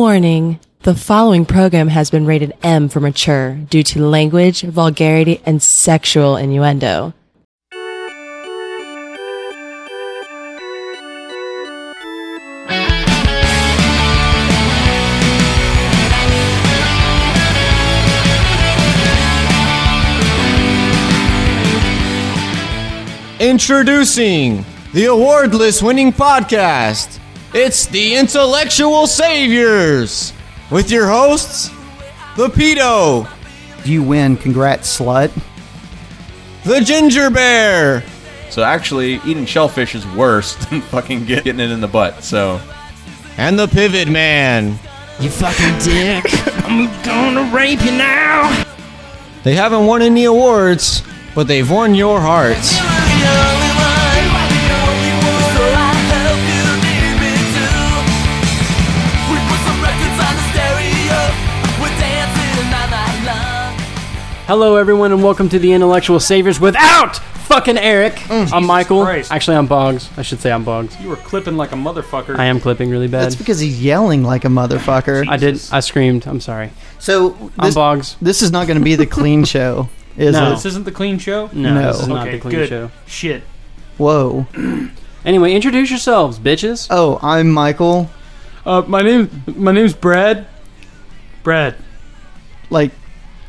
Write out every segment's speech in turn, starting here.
Warning The following program has been rated M for mature due to language, vulgarity, and sexual innuendo. Introducing the award list winning podcast. It's the Intellectual Saviors with your hosts, the Pedo, You win, congrats, slut. the Ginger Bear, So actually, eating shellfish is worse than fucking get- getting it in the butt. So and the Pivot Man. You fucking dick. I'm gonna rape you now. They haven't won any awards, but they've won your hearts. Hello, everyone, and welcome to the Intellectual Saviors without fucking Eric. I'm Michael. Mm. Christ. Actually, I'm Boggs. I should say I'm Boggs. You were clipping like a motherfucker. I am clipping really bad. That's because he's yelling like a motherfucker. I did. I screamed. I'm sorry. so I'm this, Boggs. this is not going to be the clean show, is No. it? This isn't the clean show. No, No. this is not okay, the clean good. show. Shit. Whoa. Anyway, introduce yourselves, bitches. Oh, I'm Michael. Uh, my name. My name's Brad. Brad. Like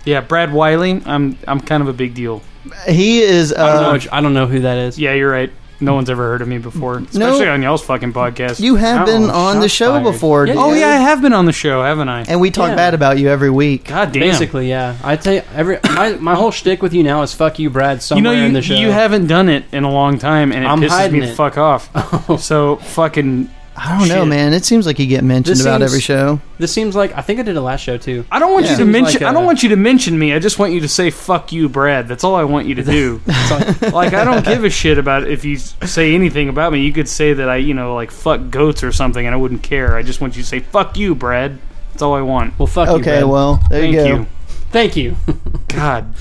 Yeah, Brad Wiley. I'm I'm kind of a big deal. he is. I don't, know Uh, which, I don't know who that is. Yeah, you're right. No one's ever heard of me before, especially on y'all's fucking podcast. you have been Oh, on the shots show fired. before. Yeah. dude. oh yeah, I have been on the show, haven't I? And we talk Yeah. bad about you every week. God damn. Basically, yeah. I tell you, every my, my whole shtick with you now is fuck you, Brad. You Somewhere know, in you, the show. you haven't done it in a long time, and it I'm pisses hiding me the it. Oh. fuck off. So fucking, I don't know, Shit. man. It seems like you get mentioned This about seems- every show. This seems like I think I did a last show too. I don't want Yeah. you to Seems mention. like I a- don't want you to mention me. I just want you to say "fuck you, Brad." That's all I want you to do. It's like- like I don't give a shit about if you s- say anything about me. You could say that I, you know, like fuck goats or something, and I wouldn't care. I just want you to say "fuck you, Brad." That's all I want. well, fuck you, Okay, Brad. well, there Thank you you. go. Thank you. God,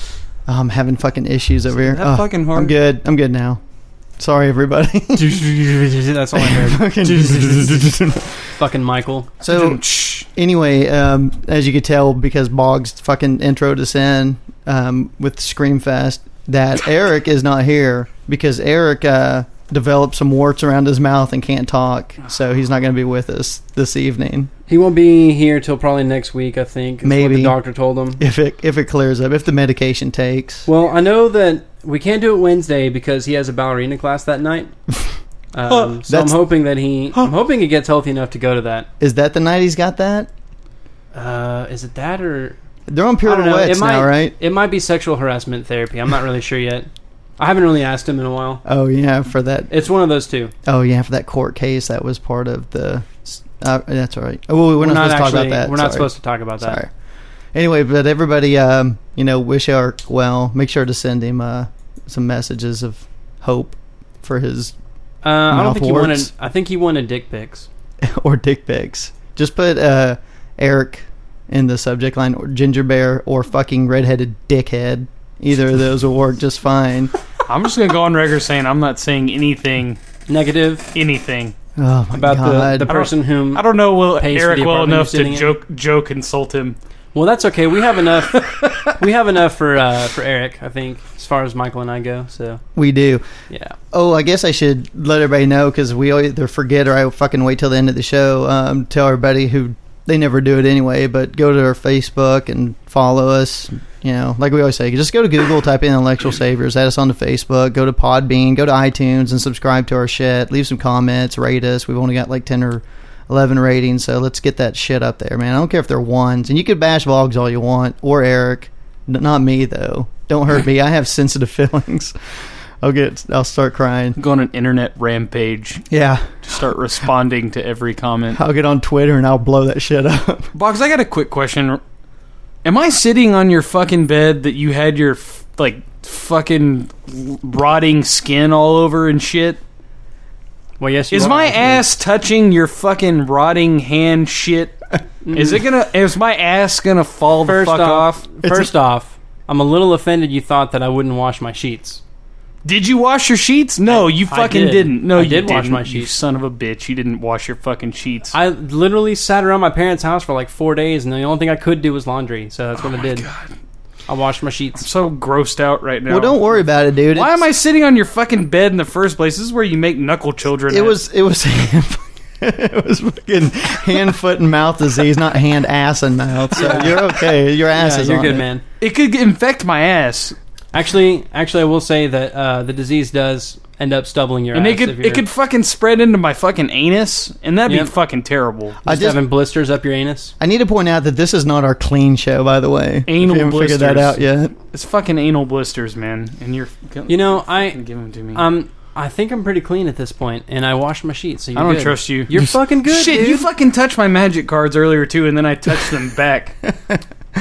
Oh, I'm having fucking issues over here. that Oh, fucking hard? I'm good. I'm good now. Sorry, everybody. That's all I heard. Fucking- fucking Michael. so Anyway, um, as you could tell, because Boggs fucking introed us in um, with Screamfest, that Eric is not here because Eric uh, developed some warts around his mouth and can't talk, so he's not going to be with us this evening. He won't be here till probably next week, I think. is what Maybe. the doctor told him. If it if it clears up, if the medication takes, Well, I know that we can't do it Wednesday because he has a ballerina class that night. Um, so I'm That's- hoping that he, I'm hoping he gets healthy enough to go to that. is that the night he's got that? Uh, is it that or They're on I pure don't know. wets It might- now, right? it might be sexual harassment therapy? I'm not really sure yet. I haven't really asked him in a while. Oh yeah, for that. It's one of those two. Oh yeah, for that court case that was part of the. Uh, that's all right. Oh, well, we're, not, supposed to talk about that. We're not Sorry. supposed to talk about that. Sorry. Anyway, but everybody, um, you know, wish Eric well. Make sure to send him uh, some messages of hope for his Uh, I don't think he wanted. Mouthwarts. I think he wanted dick pics. or dick pics. Just put uh, Eric in the subject line, or ginger bear, or fucking redheaded dickhead. Either of those will work just fine. I'm just gonna go on record saying I'm not saying anything. Negative. Anything. Oh my about god! the, the I don't- person whom. I don't know Will Pays for Eric the well apartment enough you're sitting to in. joke joke insult him. well, that's okay. We have enough. we have enough for uh, for Eric, I think, as far as Michael and I go. So we do. yeah, Oh, I guess I should let everybody know because we either forget or I fucking wait till the end of the show. Um, tell everybody who they never do it anyway, but go to our Facebook and follow us. You know, like we always say, just go to Google, type in Intellectual Saviors, add us on to Facebook, go to Podbean, go to iTunes, and subscribe to our shit. Leave some comments, rate us. We've only got like 10 or 11 ratings, so let's get that shit up there, man. I don't care if they're ones. And you can bash Vlogs all you want, or Eric. N- not me, though. Don't hurt me. I have sensitive feelings. I'll get. I'll start crying. Go on an internet rampage Yeah, to start responding to every comment. I'll get on Twitter and I'll blow that shit up. Box, I got a quick question. Am I sitting on your fucking bed that you had your f- like fucking rotting skin all over and shit? well, yes. you Is are, my I think. ass touching your fucking rotting hand shit? Is it gonna? Is my ass gonna fall the First fuck off, off? It's first off, I'm a little offended. You thought that I wouldn't wash my sheets. Did you wash your sheets? No, you I fucking did. did. not No, I you did wash didn't, my You sheets. son of a bitch, you didn't wash your fucking sheets. I literally sat around my parents' house for like four days, and the only thing I could do was laundry. So Oh that's what I did. I washed my sheets. I'm so grossed out right now. Well, don't worry about it, dude. Why It's- am I sitting on your fucking bed in the first place? This is where you make knuckle children. It at. was. It was. It was fucking hand, foot, and mouth disease, not hand, ass, and mouth. So you're okay. Your ass Yeah, is. you're on good, it. man. It could infect my ass, Actually, actually, I will say that uh, the disease does end up stubbling your and ass. it could if it could fucking spread into my fucking anus, and that'd Yep. be fucking terrible. I just just. having blisters up your anus. I need to point out that this is not our clean show, by the way. Anal if you haven't figured that blisters. out yet. It's fucking anal blisters, man. And you're You know, fucking I give them to me. um I think I'm pretty clean at this point, and I washed my sheets. So you're I don't good. trust you. You're fucking good, Shit, dude. you fucking touched my magic cards earlier too, and then I touched them back.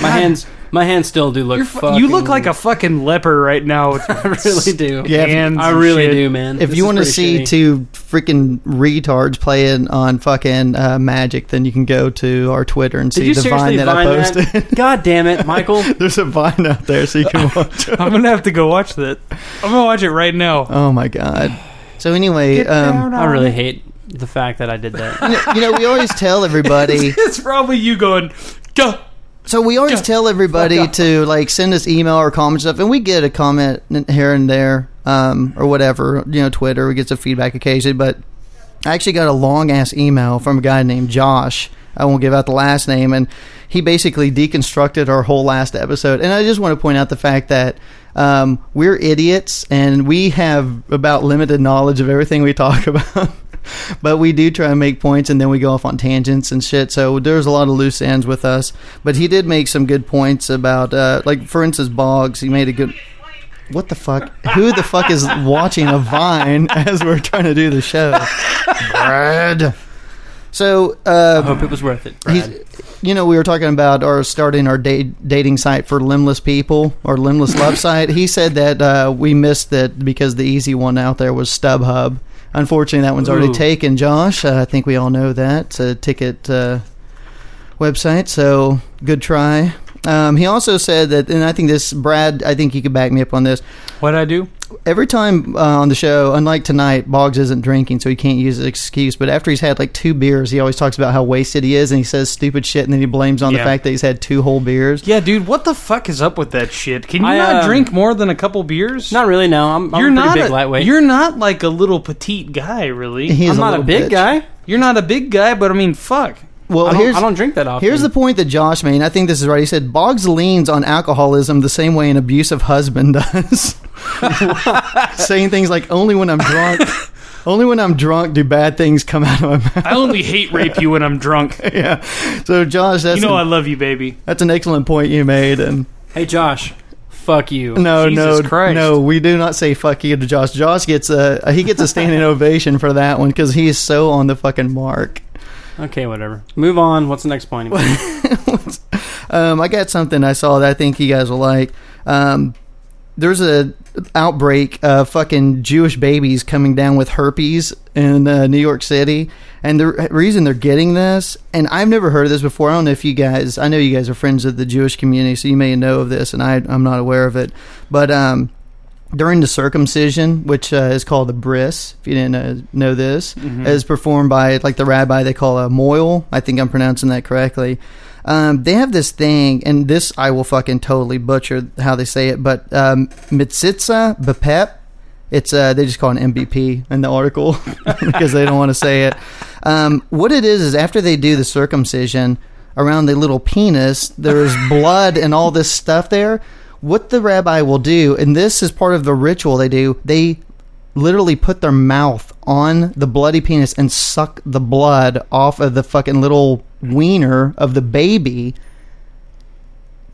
my hands, my hands still do look. You're fu- you look like a fucking leper right now. With I really do. Yeah, if- hands I and really shit. do, man. If This you is want to pretty see shitty. two freaking retards playing on fucking uh, Magic, then you can go to our Twitter and did see you the vine seriously that I Vine posted. that? God damn it, Michael! There's a vine out there, so you can watch. it. I'm gonna have to go watch that. I'm gonna watch it right now. Oh my god. So anyway, um, I really hate the fact that I did that. you know- you know, we always tell everybody. It's probably you going. Duh. So we always tell everybody to like send us email or comment stuff, and we get a comment n- here and there, um, or whatever. You know, Twitter we get some feedback occasionally, but I actually got a long ass email from a guy named Josh. I won't give out the last name, and he basically deconstructed our whole last episode. And I just want to point out the fact that um, we're idiots, and we have about limited knowledge of everything we talk about. but we do try and make points, and then we go off on tangents and shit. So there's a lot of loose ends with us. But he did make some good points about, uh, like for instance, Boggs. He made a good. What the fuck? Who the fuck is watching a vine as we're trying to do the show? Brad. So, I uh, hope it was worth it. he's, Oh, Brad. you know, we were talking about our starting our da- dating site for limbless people or limbless love site. He said that uh, we missed that because the easy one out there was StubHub. Unfortunately, that one's already Ooh. taken. Josh, uh, I think we all know that it's a ticket uh, website. So good try. Um, he also said that, and I think this Brad, I think you could back me up on this What I do? every time uh, on the show, unlike tonight, Boggs isn't drinking, so he can't use his excuse. But after he's had like two beers, he always talks about how wasted he is, and he says stupid shit, and then he blames on Yeah. the fact that he's had two whole beers. Yeah, dude. What the fuck is up with that shit? Can you I, not um, drink more than a couple beers? Not really. No, I'm. I'm you're a pretty not big a, lightweight. You're not like a little petite guy, really. He is I'm not a little big bitch. guy. You're not a big guy, but I mean, fuck. Well, I, don't, here's I don't drink that often. here's the point that Josh made. and I think this is right. He said Boggs leans on alcoholism the same way an abusive husband does, saying things like "only when I'm drunk." Only when I'm drunk do bad things come out of my mouth. I only hate rape you when I'm drunk. Yeah. So Josh, that's You know I an, love you, baby. that's an excellent point you made, and Hey, Josh. Fuck you. No, Jesus no, Christ. no. We do not say "fuck you" to Josh. Josh gets a he gets a standing ovation for that one because he is so on the fucking mark. Okay, whatever. Move on. What's the next point? Um, I got something I saw that I think you guys will like. Um, there's a outbreak of fucking Jewish babies coming down with herpes in uh, New York City, and the reason they're getting this, and I've never heard of this before. I don't know if you guys, I know you guys are friends of the Jewish community, so you may know of this, and I, I'm not aware of it, but um, during the circumcision, which uh, is called the bris, if you didn't uh, know this, is performed by like the rabbi they call a moil. I think I'm pronouncing that correctly. Um, they have this thing, and this I will fucking totally butcher how they say it, but um, mitzitza bepep. It's uh, they just call it an MVP in the article because they don't want to say it. Um, what it is is after they do the circumcision around the little penis, there's blood and all this stuff there. What the rabbi will do, and this is part of the ritual they do, they literally put their mouth on the bloody penis and suck the blood off of the fucking little wiener of the baby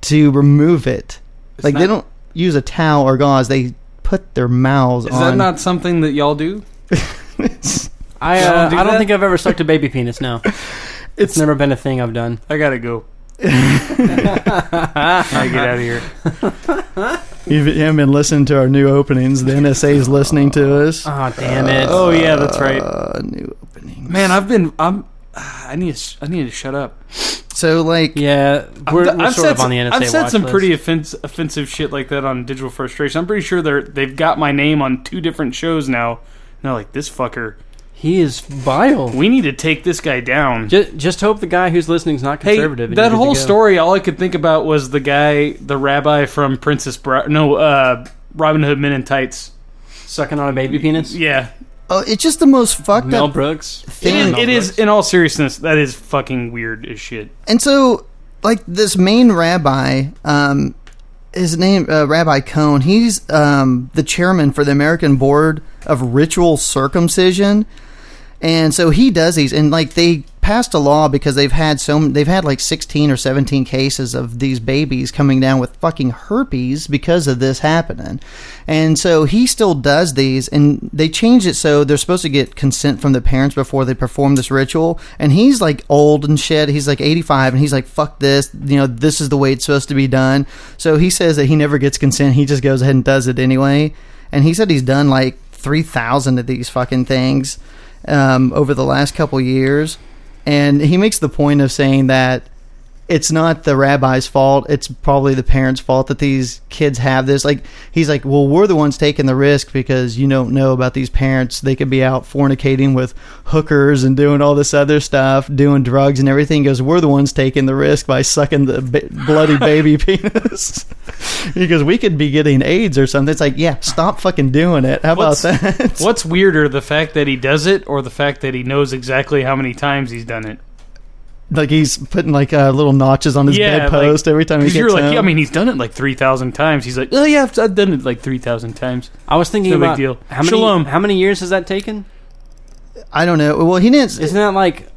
to remove it. like they don't use a towel or gauze; they put their mouths Is on. that not something that y'all do? I Y'all uh, don't do I don't that? think I've ever sucked a baby penis. No, it's never been a thing I've done. I gotta go. I get out of here. You've, you haven't been listening to our new openings. The NSA is listening to us. Oh damn it! Oh yeah, that's right. Uh, new openings. Man, I've been. I'm. I need. To, sh- I need to shut up. So like, Yeah, we're, we're sort of on the NSA I've said watch some list. pretty offensive, offensive shit like that on Digital Frustration. I'm pretty sure they're they've got my name on two different shows now. And they're like, this fucker. He is vile. We need to take this guy down. Just, just hope the guy who's listening is not Hey, conservative. and that you're good to whole go. story, all I could think about was the guy, the rabbi from Princess Bride. No, uh, Robin Hood Men in Tights. sucking on a baby penis. Yeah, oh, it's just the most fucked Mel up Brooks. it is, thing. it is. In all seriousness, that is fucking weird as shit. And so, like this main rabbi, um, his name uh, Rabbi Cohn. He's um, the chairman for the American Board of Ritual Circumcision, and so he does these. And like they passed a law because they've had so they've had like sixteen or seventeen cases of these babies coming down with fucking herpes because of this happening. And so he still does these, and they changed it so they're supposed to get consent from the parents before they perform this ritual. And he's like old and shit. He's like eighty five, and he's like fuck this. You know this is the way it's supposed to be done. So he says that he never gets consent. He just goes ahead and does it anyway. And he said he's done like three thousand of these fucking things um, over the last couple years. And he makes the point of saying that it's not the rabbi's fault. It's probably the parents' fault that these kids have this. Like he's like, well, we're the ones taking the risk because you don't know about these parents. They could be out fornicating with hookers and doing all this other stuff, doing drugs and everything. He goes, we're the ones taking the risk by sucking the ba- bloody baby penis. he goes, we could be getting AIDS or something. It's like, yeah, stop fucking doing it. How about What's- that? What's weirder, the fact that he does it, or the fact that he knows exactly how many times he's done it? like he's putting like uh, little notches on his Yeah, bedpost every time he Because gets you're like, home. yeah, I mean, he's done it like three thousand times. He's like, oh yeah, I've, I've done it like three thousand times. I was thinking No big about deal. how many Shalom. how many years has that taken? I don't know. Well, he didn't. Isn't that like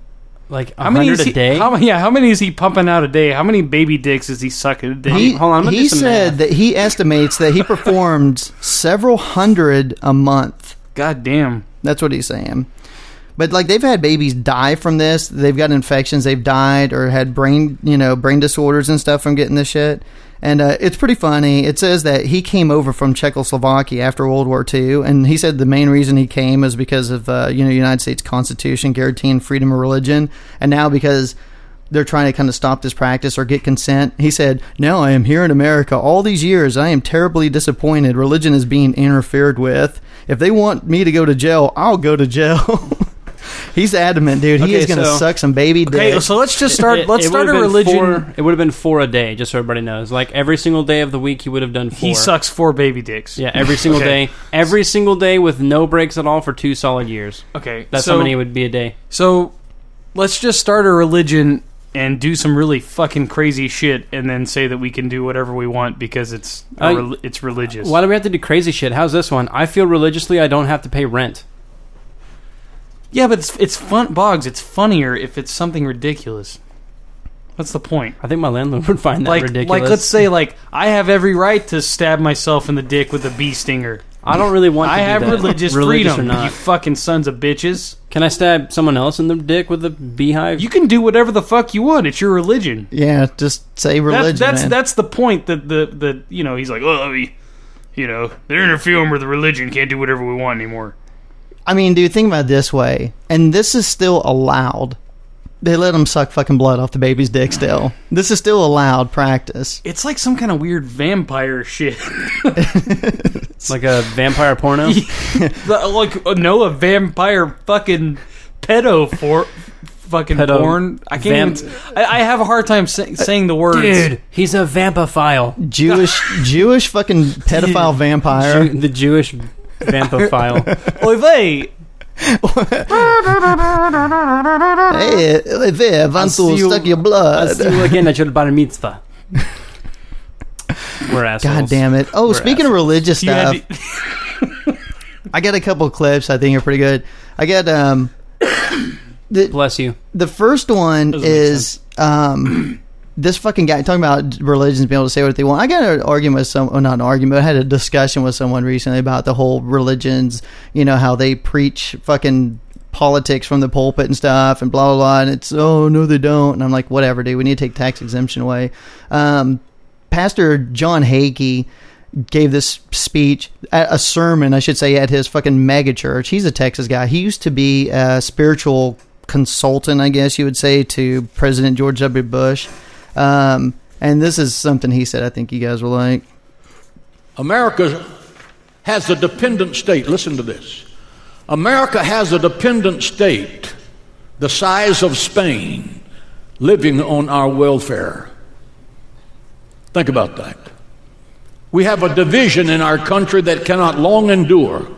like How many is a he, day? How, yeah, how many is he pumping out a day? How many baby dicks is he sucking a day? He, hold on, I'm gonna he do some said math. that he estimates that he performed several hundred a month. God damn. That's what he's saying. But like they've had babies die from this. They've got infections. They've died or had brain, you know, brain disorders and stuff from getting this shit. And uh, it's pretty funny. It says that he came over from Czechoslovakia after World War II, and he said the main reason he came is because of uh, you know United States Constitution guaranteeing freedom of religion, and now because they're trying to kind of stop this practice or get consent. He said, "No, I am here in America all these years. I am terribly disappointed. Religion is being interfered with. If they want me to go to jail, I'll go to jail." He's adamant, dude. he Okay, is going to so- suck some baby Okay, dick. so let's just start. It- let's it start a would've been religion. four- it would have been four a day, just so everybody knows. Like every single day of the week, he would have done four. He sucks four baby dicks. Yeah, every single Okay. day, every single day with no breaks at all for two solid years. Okay. That's so, how many it would be a day. So let's just start a religion and do some really fucking crazy shit, and then say that we can do whatever we want because it's a Uh, rel- it's religious. Why do we have to do crazy shit? How's this one? I feel religiously I don't have to pay rent. Yeah, but it's it's fun. Boggs, it's funnier if it's something ridiculous. What's the point? I think my landlord would find that like, ridiculous. like, let's say, like, I have every right to stab myself in the dick with a bee stinger. I don't really want. To I do have that. religious, religious freedom. or You not. fucking sons of bitches. Can I stab someone else in the dick with a beehive? You can do whatever the fuck you want. It's your religion. yeah, just say That's- religion. that's man. that's the point that the the you know he's like oh he, you know they're interfering with the religion can't do whatever we want anymore. I mean, dude, think about it this way. And this is still allowed. They let him suck fucking blood off the baby's dick still. This is still allowed practice. It's like some kind of weird vampire shit. like a vampire porno? The- like uh, no a vampire fucking pedo for fucking Pedo- porn. I can't. vamp- even- I, I have a hard time say, saying the words. Dude, he's a vampophile. Jewish Jewish fucking pedophile vampire. Ju- the Jewish vampophile. Oy vey. Hey, there, want see to you- suck your I see blood. you again at your bar mitzvah. We're assholes. God damn it. Oh, We're speaking of assholes. religious You stuff, had to- I got a couple clips I think are pretty good. I got um the Bless you. the first one make is um, this fucking guy talking about religions being able to say what they want. I got in an argument with some, well, not an argument. I had a discussion with someone recently about the whole religions. You know how they preach fucking politics from the pulpit and stuff, and blah blah blah. And it's oh no, they don't. And I'm like, whatever, dude. We need to take tax exemption away. Um, Pastor John Hagee gave this speech, a a sermon, I should say, at his fucking mega church. He's a Texas guy. He used to be a spiritual consultant, I guess you would say, to President George W. Bush. Um, and this is something he said I think you guys will like. America has a dependent state. Listen to this. America has a dependent state the size of Spain living on our welfare. Think about that. We have a division in our country that cannot long endure.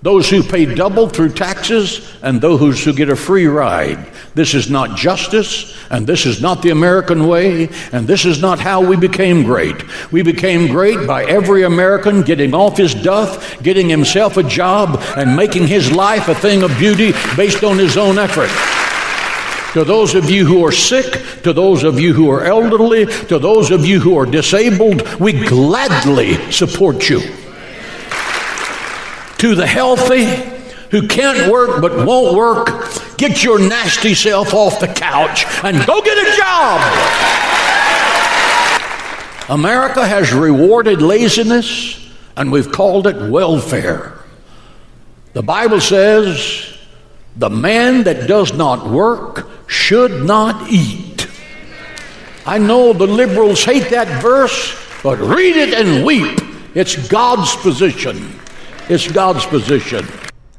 Those who pay double through taxes and those who get a free ride. This is not justice, and this is not the American way, and this is not how we became great. We became great by every American getting off his duff, getting himself a job, and making his life a thing of beauty based on his own effort. To those of you who are sick, to those of you who are elderly, to those of you who are disabled, we gladly support you to the healthy who can't work but won't work, get your nasty self off the couch and go get a job. America has rewarded laziness and we've called it welfare. The Bible says the man that does not work should not eat. I know the liberals hate that verse, but read it and weep. It's God's position. It's God's position.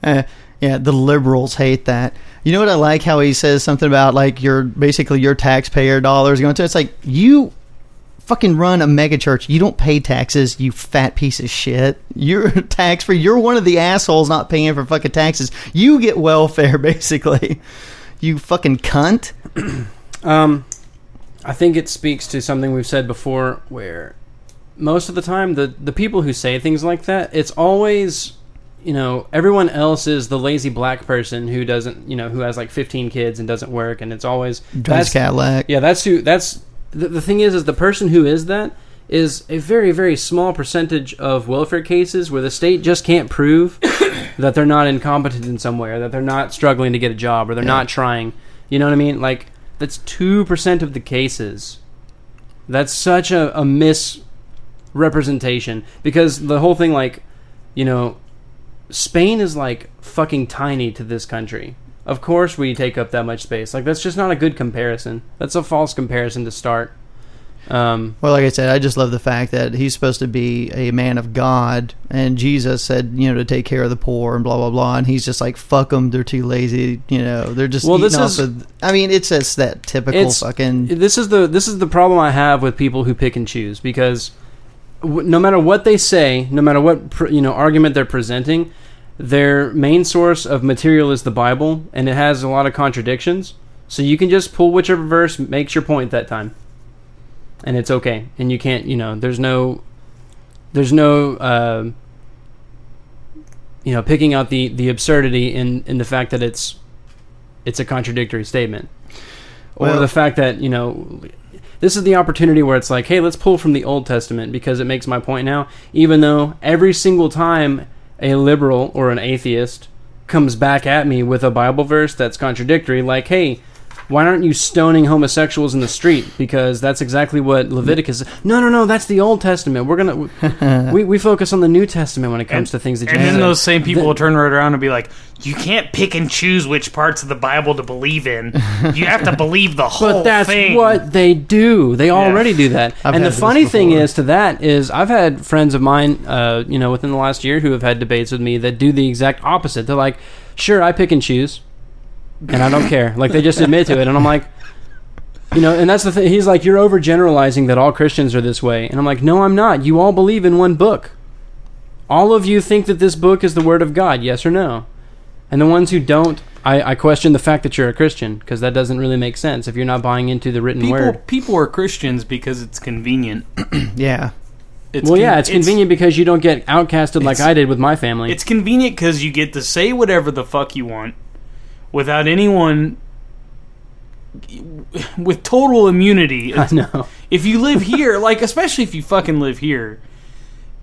Uh, yeah, the liberals hate that. You know what I like? How he says something about like your basically your taxpayer dollars going to. It's like you fucking run a megachurch. You don't pay taxes. You fat piece of shit. You're tax free. You're one of the assholes not paying for fucking taxes. You get welfare basically. You fucking cunt. Um, I think it speaks to something we've said before, where most of the time the the people who say things like that, it's always you know everyone else is the lazy black person who doesn't you know who has like 15 kids and doesn't work, and it's always Drives Cadillac. Yeah, that's who. That's the, the thing is, is the person who is that is a very very small percentage of welfare cases where the state just can't prove that they're not incompetent in some way, or that they're not struggling to get a job, or they're not trying. You know what I mean? Like that's two percent of the cases. That's such a, a misrepresentation because the whole thing, like, you know, Spain is like fucking tiny to this country. Of course, we take up that much space. Like that's just not a good comparison. That's a false comparison to start. Um, Well, like I said, I just love the fact that he's supposed to be a man of God, and Jesus said, you know, to take care of the poor and blah blah blah, and he's just like, fuck them, they're too lazy, you know, they're just Well, eating this off is- of- I mean, it's just that typical it's fucking. This is the this is the problem I have with people who pick and choose because w- no matter what they say, no matter what pr- you know argument they're presenting, their main source of material is the Bible, and it has a lot of contradictions. So you can just pull whichever verse makes your point that time, and it's okay. And you can't you know there's no there's no. Uh, you know, picking out the, the absurdity in, in the fact that it's it's a contradictory statement or Well- the fact that you know this is the opportunity where it's like hey let's pull from the old testament because it makes my point now even though every single time a liberal or an atheist comes back at me with a bible verse that's contradictory like hey why aren't you stoning homosexuals in the street because that's exactly what leviticus no no no that's the old testament we're gonna we, we focus on the new testament when it comes to things that And you then say. those same people will turn right around and be like, "You can't pick and choose which parts of the Bible to believe in. You have to believe the whole But that's thing." what they do. They already do that. I've and had the this funny thing before. is to that is I've had friends of mine, uh, you know, within the last year who have had debates with me that do the exact opposite. They're like, "Sure, I pick and choose, and I don't care." Like they just admit to it, and I'm like. You know, and that's the thing. He's like, you're overgeneralizing that all Christians are this way, and I'm like, no, I'm not. You all believe in one book. All of you think that this book is the word of God, yes or no? And the ones who don't, I, I question the fact that you're a Christian because that doesn't really make sense if you're not buying into the written People, word. people are Christians because it's convenient. Yeah, It's Well, con- yeah, it's, convenient because you don't get outcasted like It's- I did with my family. It's convenient because you get to say whatever the fuck you want without anyone with total immunity. I know. If you live here, like especially if you fucking live here,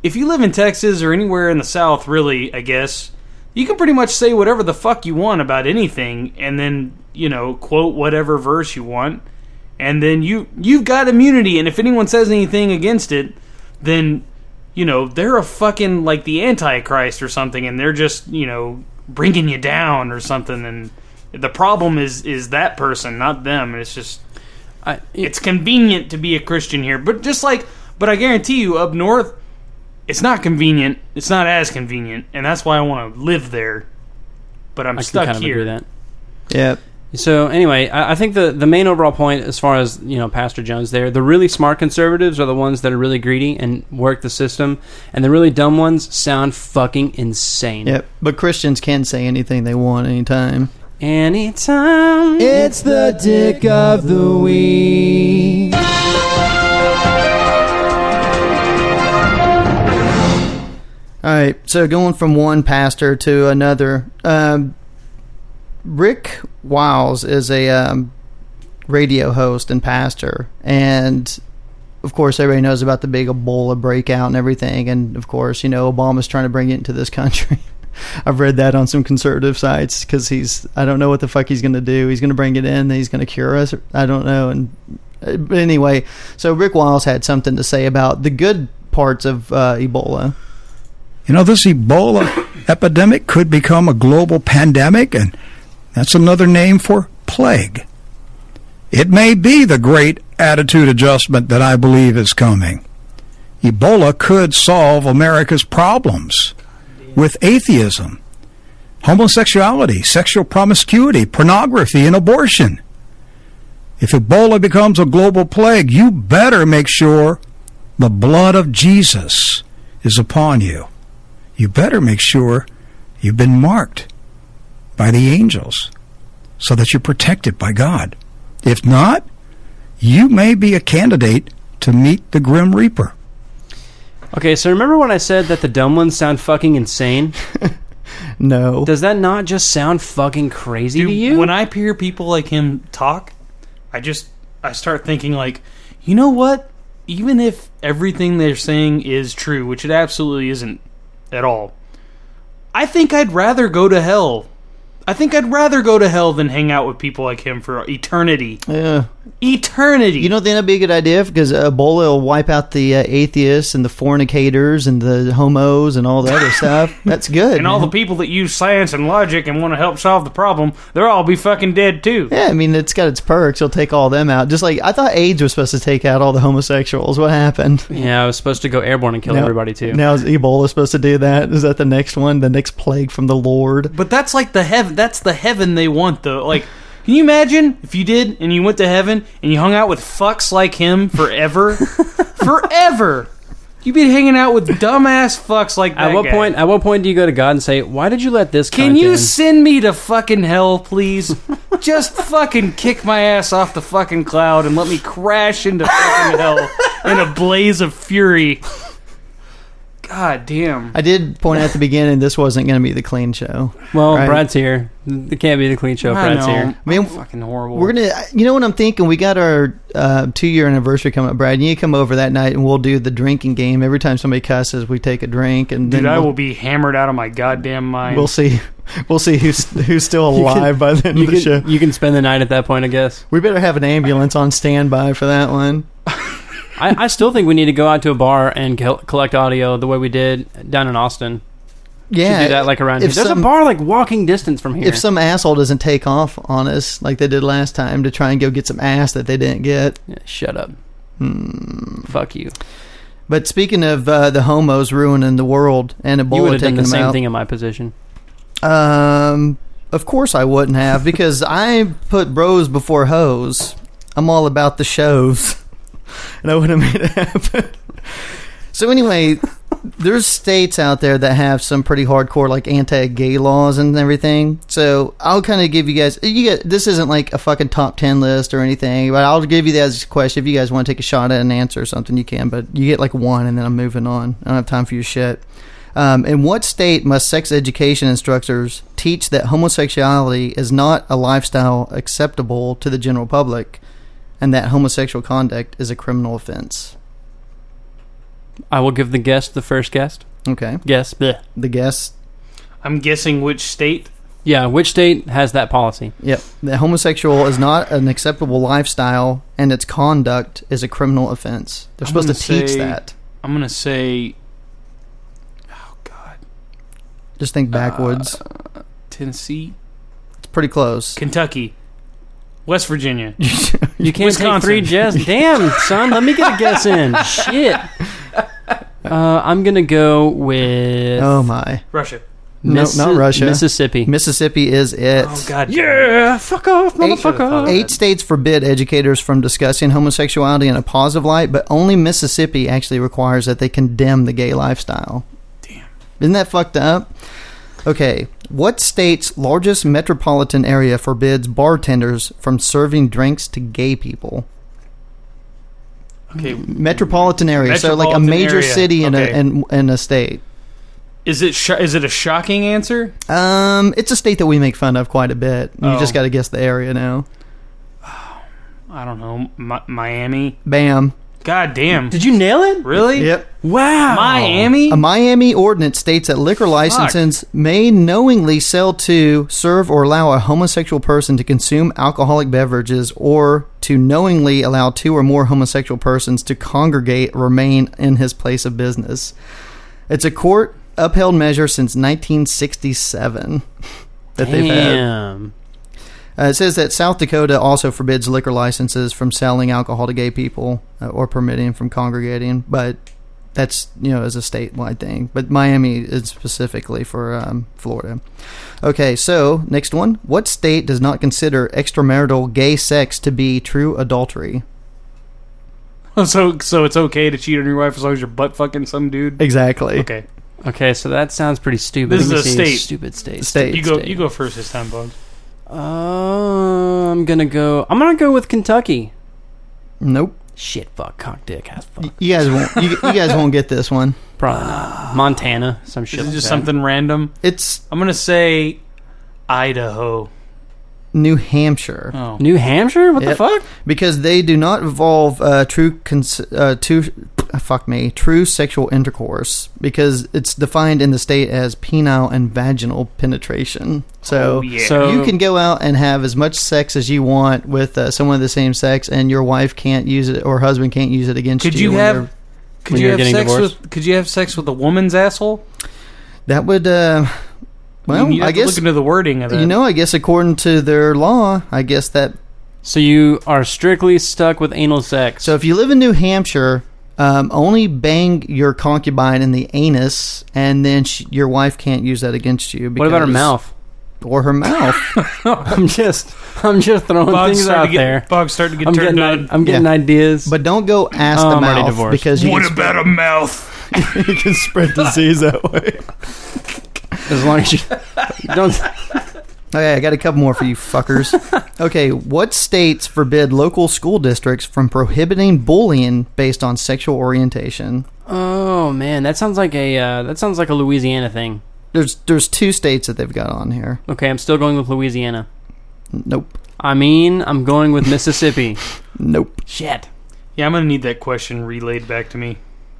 if you live in Texas or anywhere in the South, really, I guess you can pretty much say whatever the fuck you want about anything, and then you know quote whatever verse you want, and then you you've got immunity. And if anyone says anything against it, then you know they're a fucking like the Antichrist or something, and they're just you know bringing you down or something, and The problem is is that person, not them. And it's just I, it's convenient to be a Christian here, but just like, but I guarantee you, up north, it's not convenient. It's not as convenient, and that's why I want to live there. But I'm I can stuck kind of here. agree with that. Yep. So anyway, I, I think the the main overall point, as far as you know, Pastor Jones, there, the really smart conservatives are the ones that are really greedy and work the system, and the really dumb ones sound fucking insane. Yep. But Christians can say anything they want anytime. Anytime. It's the dick of the week. All right. So going from one pastor to another, um, Rick Wiles is a um, radio host and pastor, and of course everybody knows about the big Ebola breakout and everything. And of course, you know Obama's trying to bring it into this country. I've read that on some conservative sites because he's I don't know what the fuck he's going to do. He's going to bring it in. He's going to cure us. I don't know. And uh, but anyway, so Rick Wiles had something to say about the good parts of uh, Ebola. You know, this Ebola epidemic could become a global pandemic, and that's another name for plague. It may be the great attitude adjustment that I believe is coming. Ebola could solve America's problems with atheism, homosexuality, sexual promiscuity, pornography, and abortion. If Ebola becomes a global plague, you better make sure the blood of Jesus is upon you you better make sure you've been marked by the angels so that you're protected by God. If not, you may be a candidate to meet the Grim Reaper. Okay, so remember when I said that the dumb ones sound fucking insane? No. Does that not just sound fucking crazy Dude, to you? when I hear people like him talk, I just I start thinking like, you know what? Even if everything they're saying is true, which it absolutely isn't at all, I think I'd rather go to hell. I think I'd rather go to hell than hang out with people like him for eternity. Yeah. Eternity. You don't think that'd be a good idea because Ebola will wipe out the uh, atheists and the fornicators and the homos and all the other stuff. That's good. and all the man. people that use science and logic and want to help solve the problem, they'll all be fucking dead too. yeah, I mean, it's got its perks. It'll take all them out. Just like I thought AIDS was supposed to take out all the homosexuals. What happened? yeah, I was supposed to go airborne and kill Now- everybody too. Now is Ebola supposed to do that? Is that the next one? The next plague from the Lord? But that's like the heaven. That's the heaven they want, though. Like, can you imagine if you did and you went to heaven and you hung out with fucks like him forever, forever? You'd be hanging out with dumbass fucks like that. At what guy. point? At what point do you go to God and say, "Why did you let this?" Can cunt you in?" send me to fucking hell, please? Just fucking kick my ass off the fucking cloud and let me crash into fucking hell in a blaze of fury. God damn. I did point out at the beginning this wasn't going to be the clean show. Well, Right. Brad's here. It can't be the clean show. if I Brad's know. here. I mean, Fucking horrible. We're gonna, you know what I'm thinking? We got our uh, two year anniversary coming up, Brad. You come over that night and we'll do the drinking game. Every time somebody cusses, we take a drink, and then Dude, I we'll, will be hammered out of my goddamn mind. we'll see, we'll see who's who's still alive by the end You of the show. can, you can spend the night at that point, I guess. We better have an ambulance on standby for that one. I, I still think we need to go out to a bar and col- collect audio the way we did down in Austin. Yeah, Should do that like around here. if There's some- a bar like walking distance from here. if some asshole doesn't take off on us like they did last time to try and go get some ass that they didn't get. Yeah, shut up. Hmm. Fuck you. But speaking of uh, the homos ruining the world and you would Ebola have done taking the them same out, thing in my position. Um, of course I wouldn't have because I put bros before hoes. I'm all about the shows, and I wouldn't have made it happen. So anyway, there's states out there that have some pretty hardcore like anti-gay laws and everything. So I'll kind of give you guys. You get this isn't like a fucking top ten list or anything, but I'll give you guys a question. If you guys want to take a shot at an answer or something, you can. But you get like one, and then I'm moving on. I don't have time for your shit. Um, in what state must sex education instructors teach that homosexuality is not a lifestyle acceptable to the general public, and that homosexual conduct is a criminal offense? I will give the guest the first guest. Okay, Guess. Bleh. the guess I'm guessing which state Yeah, which state has that policy? Yep. The homosexual is not an acceptable lifestyle, and its conduct is a criminal offense. They're I'm supposed to gonna teach say- that. I'm gonna say, oh god, Just think backwards. Tennessee. It's pretty close. Kentucky, West Virginia. You can't take Wisconsin. three jazz. Damn, son, let me get a guess in. Shit. Uh, I'm gonna go with Oh my. Russia. No, Missi- not Russia. Mississippi. Mississippi is it. Oh God. yeah, fuck off, motherfucker. Eight states forbid educators from discussing homosexuality in a positive light, but only Mississippi actually requires that they condemn the gay lifestyle. Damn. Isn't that fucked up? Okay. What state's largest metropolitan area forbids bartenders from serving drinks to gay people? Okay. Metropolitan area, so like a Metropolitan major area. city in Okay. a in, in a state. Is it sh- is it a shocking answer? Um, it's a state that we make fun of quite a bit. You Oh. just got to guess the area now. I don't know. Mi- Miami. Bam. God damn. Did you nail it? Really? Yep. Wow. Miami. A Miami ordinance states that liquor licenses may knowingly sell to, serve, or allow a homosexual person to consume alcoholic beverages or to knowingly allow two or more homosexual persons to congregate or remain in his place of business. It's a court upheld measure since 1967 that they've had. Damn. Uh, it says that South Dakota also forbids liquor licenses from selling alcohol to gay people uh, or permitting from congregating, but that's you know as a statewide thing. But Miami is specifically for um, Florida. Okay, so next one: What state does not consider extramarital gay sex to be true adultery? Oh. so so it's okay to cheat on your wife as long as you're butt fucking some dude. Exactly. Okay. Okay, so that sounds pretty stupid. This Let is me a see. state. Stupid state. State. You go. You go first this time, Bones. Uh, I'm gonna go. I'm gonna go with Kentucky. Nope. Shit, fuck, cock, dick, ass, fuck. Y- You guys won't. You, you guys won't get this one. Probably not. Montana, some shit. Is it like just that. something random? It's I'm gonna say Idaho. New Hampshire. Oh. New Hampshire? What the Yep. fuck? because they do not involve uh, true cons- uh, to fuck me true sexual intercourse because it's defined in the state as penile and vaginal penetration. So. Oh, yeah. So You can go out and have as much sex as you want with uh, someone of the same sex, and your wife can't use it or husband can't use it against Could you when have- they're- could when you have you're getting sex divorced? with? Could you have sex with a woman's asshole? that would uh, well, you have I to guess look into the wording of that. you know. I guess according to their law, I guess that So you are strictly stuck with anal sex. So if you live in New Hampshire, um, only bang your concubine in the anus, and then sh your wife can't use that against you. what about her because- mouth? Or her mouth. I'm just, I'm just throwing Bog's things starting out to get, there. Bog's starting to get I'm turned getting, on. i- I'm getting Yeah. ideas. but don't go ask Oh, the I'm already mouth divorced. because you can, about a mouth? you can spread disease that way. as long as you don't, Okay, I got a couple more for you fuckers. Okay, what states forbid local school districts from prohibiting bullying based on sexual orientation? oh man, that sounds like a, uh, that sounds like a Louisiana thing. There's there's two states that they've got on here. Okay, I'm still going with Louisiana. Nope. I mean, I'm going with Mississippi. Nope. Shit. Yeah, I'm gonna need that question relayed back to me.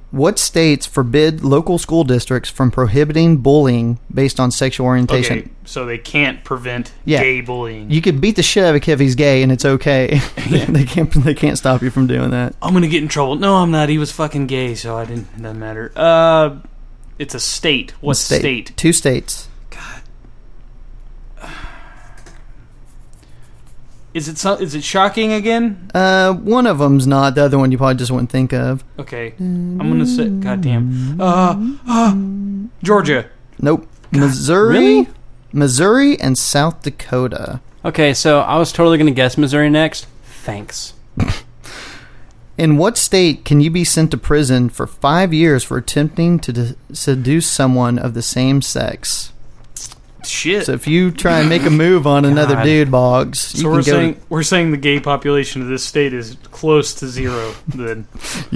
What states forbid local school districts from prohibiting bullying based on sexual orientation? Okay, so they can't prevent Yeah. gay bullying. You could beat the shit out of a kid if he's gay, and it's okay. they can't they can't stop you from doing that. I'm gonna get in trouble. No, I'm not. He was fucking gay, so I didn't. It doesn't matter. Uh, it's a state. What state? Two states. Is it? So, is it shocking again? Uh, one of them's not. The other one you probably just wouldn't think of. Okay, I'm gonna say. Goddamn. Uh, uh, Georgia. Nope. Missouri, really? Missouri, and South Dakota. Okay, so I was totally gonna guess Missouri next. Thanks. In what state can you be sent to prison for five years for attempting to d- seduce someone of the same sex? Shit. So if you try and make a move on another God. dude, Boggs, you So can we're go saying we're saying the gay population of this state is close to zero. Then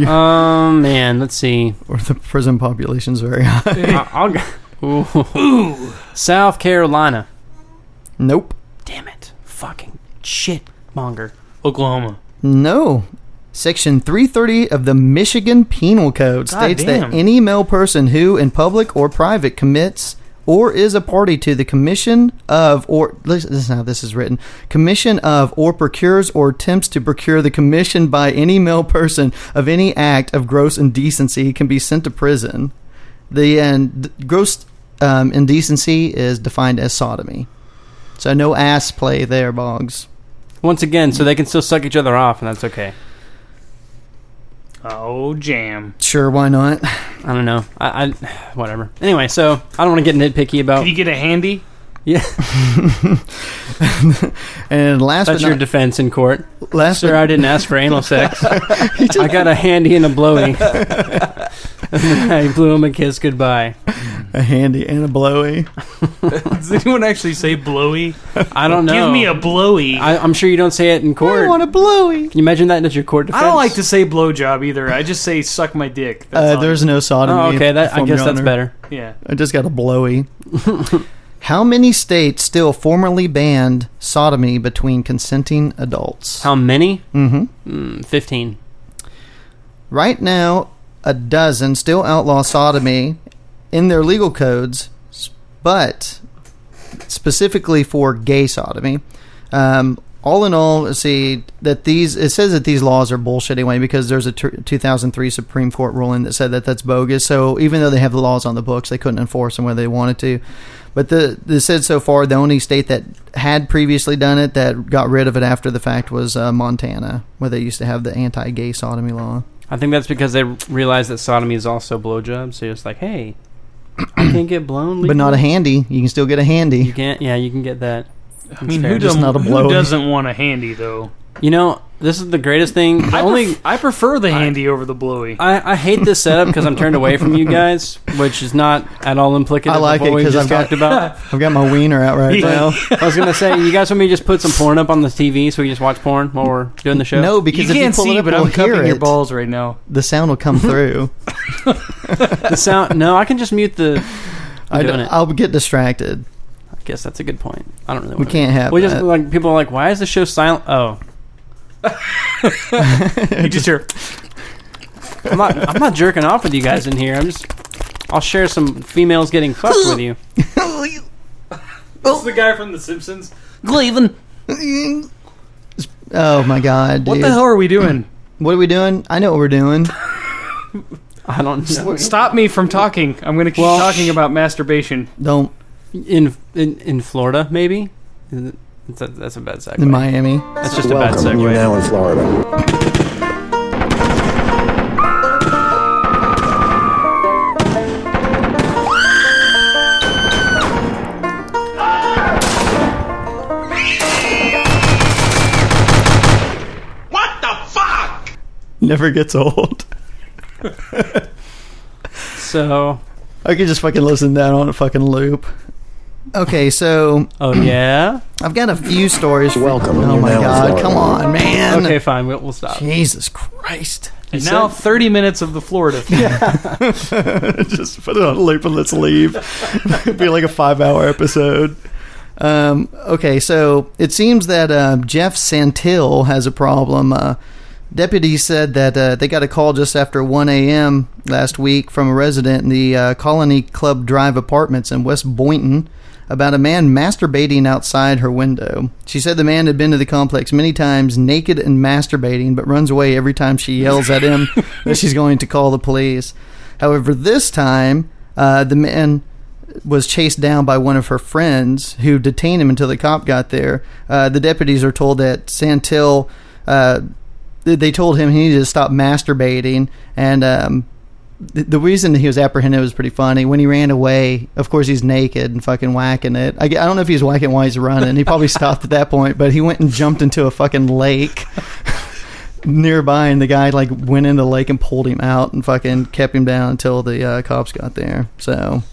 Um, man, let's see. or the prison population's very high. I- I'll go. Ooh. South Carolina. Nope. Damn it. Fucking shit monger. Oklahoma. No. Section 330 of the Michigan Penal Code states damn. that any male person who, in public or private, commits or is a party to the commission of or listen, this is how this is written commission of or procures or attempts to procure the commission by any male person of any act of gross indecency can be sent to prison the and gross um, indecency is defined as sodomy So no ass play there, Boggs. Once again, so they can still suck each other off, and that's okay. Oh, jam. Sure, why not? I don't know. I, I whatever. Anyway, so I don't want to get nitpicky about. Did you get a handy? yeah, And last but that's your not defense in court, last sir. I didn't ask for anal sex. I got a handy and a blowy. I blew him a kiss goodbye. but a handy and a blowy. Does anyone actually say blowy? I don't know. Give me a blowy. I, I, I'm sure you don't say it in court. I want a blowy. Can you imagine that as your court defense? don't like to say blowjob either. I just say suck my dick. That's Uh, all. there's no sodomy. Oh, okay. That, I from guess your that's honor. better. yeah. I just got a blowy. How many states still formally banned sodomy between consenting adults? How many? hmm Mm, Fifteen. Right now, a dozen still outlaw sodomy in their legal codes, s- but specifically for gay sodomy. Um, all in all, let's see that these it says that these laws are bullshit anyway because there's a t- 2003 Supreme Court ruling that said that that's bogus. So even though they have the laws on the books, they couldn't enforce them whether they wanted to. But the this said so far the only state that had previously done it that got rid of it after the fact was uh, Montana, where they used to have the anti-gay sodomy law. I think that's because they realize that sodomy is also blowjob. So you're just like, hey, I can't get blown, But not a legally. handy. You can still get a You handy. can't. Yeah, you can get that. I mean, fair. who, Just doesn't- not a who blowy. doesn't want a handy though? You know, this is the greatest thing. The I only pref- I prefer the handy over the blowy. I, I hate this setup because I'm turned away from you guys, which is not at all implicative I like of what it we 'cause just I've got- talked about. I've got my wiener out right now. I was gonna say, you guys want me to just put some porn up on the TV so we just watch porn while we're doing the show? No, you because if can't you pull see, it up, but we'll I'm hear cupping it. your balls right now. The sound will come through. the sound. No, I can just mute the. I I'm doing it. I will get distracted. guess that's a good point. I don't really. We wanna- can't have We just that. like people are like, why is the show silent? Oh, You just hear. I'm not. I'm not jerking off with you guys in here. I'm just. I'll share some females getting fucked with you. This is the guy from The Simpsons. Oh my god, What dude. the hell are we doing? What are we doing? I know what we're doing. I don't. Know. Stop me from talking. I'm going to keep Well- talking about masturbation. Don't In in in Florida, maybe. Is it- That's a, that's a bad segue. in Miami. That's just a bad segue. in Florida. Never gets old. So, I could just fucking listen to that on a fucking loop. Okay, so oh yeah. I've got a few stories. For, Welcome. Oh You're my now in god, Florida. come on, man. Okay, fine. We'll, we'll stop. Jesus Christ. And now 30 minutes of the Florida. just put it on a loop and let's leave. It'd be like a five hour episode. Um, okay, so it seems that uh, Jeff Santill has a problem. Uh, deputies said that uh, they got a call just after 1 a.m. last week from a resident in the uh, Colony Club Drive apartments in West Boynton about a man masturbating outside her window. She said the man had been to the complex many times, naked and masturbating, but runs away every time she yells at him that she's going to call the police. However, this time, uh, the man was chased down by one of her friends who detained him until the cop got there. Uh, the deputies are told that Santil, uh, th- they told him he needed to stop masturbating. And um, th- the reason that he was apprehended was pretty funny. When he ran away, of course, he's naked and fucking whacking it. I, g- I don't know if he's whacking while he's running. He probably stopped at that point, but he went and jumped into a fucking lake. Nearby, and the guy like went in the lake and pulled him out and fucking kept him down until the uh, cops got there. So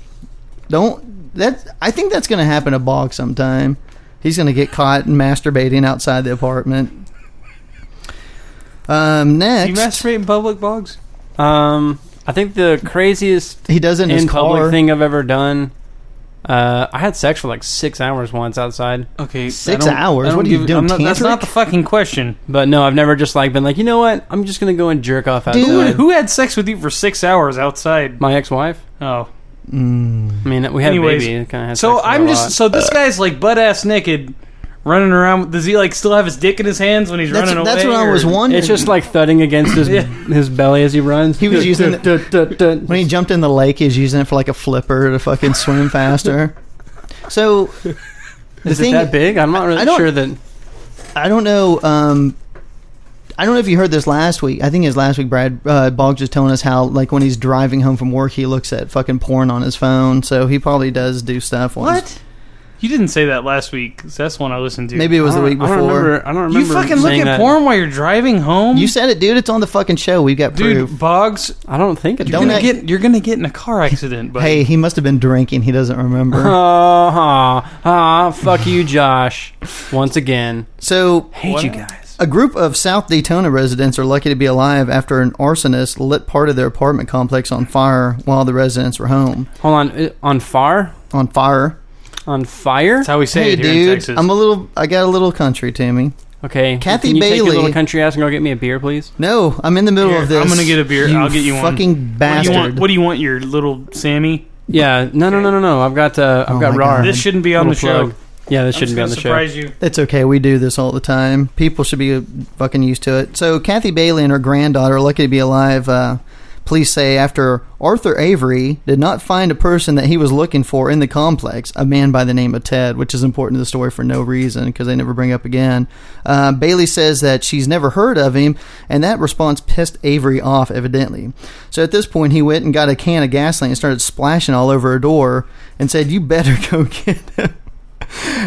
don't that I think that's going to happen to Bog sometime. He's going to get caught masturbating outside the apartment. Um, You next, masturbate in public, Boggs? Um, I think the craziest he does it in, in his public car. thing I've ever done. Uh, I had sex for like six hours once outside, Okay. Six I don't- hours? I don't What are you give- doing, I'm not- That's tantric? not the fucking question. but no, I've never just like been like, you know what? I'm just gonna go and jerk off outside. Who, who had sex with you for six hours outside? My ex-wife. Oh. I mean, we had Anyways, a baby. Kind of So I'm just. So this guy's like butt ass naked running around. Does he like still have his dick in his hands when he's That's, running that's away? what I or- was wondering. It's just like thudding against his Yeah. his belly as he runs. He was using it- it. when he jumped in the lake, he was using it for like a flipper to fucking swim faster. So The Is it that big? I'm not really I don't- sure that. I don't know. Um, I don't know if you heard this last week. I think it was last week. Brad uh, Boggs was telling us how, like, when he's driving home from work, he looks at fucking porn on his phone. So he probably does do stuff. Once. What? You didn't say that last week. 'cause that's one I listened to. Maybe it was the week I don't before. remember. I don't you remember fucking look saying at that. porn while you're driving home, You said it, dude. It's on the fucking show. We've got dude. proof. Boggs, I don't think it. Don't you're I- gonna get you're gonna get in a car accident. But Hey, he must have been drinking. He doesn't remember. Oh, ha, ha, Uh-huh. fuck you, Josh. Once again, so hate you guys. A group of South Daytona residents are lucky to be alive after an arsonist lit part of their apartment complex on fire while the residents were home. Hold on, uh, on fire, On fire. on fire. that's how we say Hey, it here in dude, Texas. I'm a little. I got a little country to me. Okay, Kathy can you Take your Bailey- little country ass and go get me a beer, please. No, I'm in the middle Here, of this. I'm gonna get a beer. You I'll get you one. fucking what, do bastard. you want, what do you want? Your little Sammy. Yeah, no, no, no, no, no. I've got, uh, I've Oh got my raw. God. This shouldn't be on the show. Yeah, this shouldn't be on the show. show. you. It's okay. We do this all the time. People should be fucking used to it. So Kathy Bailey and her granddaughter are lucky to be alive. Uh, police say after Arthur Avery did not find a person that he was looking for in the complex, a man by the name of Ted, which is important to the story for no reason because they never bring up again. Uh, Bailey says that she's never heard of him, and that response pissed Avery off evidently. So at this point, he went and got a can of gasoline and started splashing all over her door and said, "You better go get him."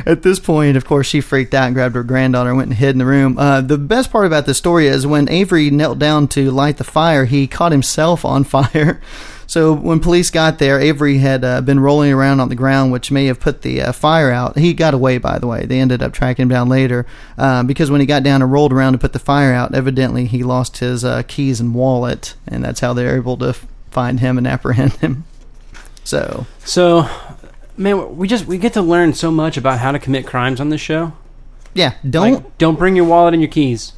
At this point, of course, she freaked out and grabbed her granddaughter and went and hid in the room. Uh, the best part about this story is when Avery knelt down to light the fire, he caught himself on fire. So when police got there, Avery had uh, been rolling around on the ground, which may have put the uh, fire out. He got away, by the way. They ended up tracking him down later uh, because when he got down and rolled around to put the fire out, evidently he lost his uh, keys and wallet, and that's how they're able to f- find him and apprehend him. So So, man, we just we get to learn so much about how to commit crimes on this show. yeah, Like, don't don't bring your wallet and your keys.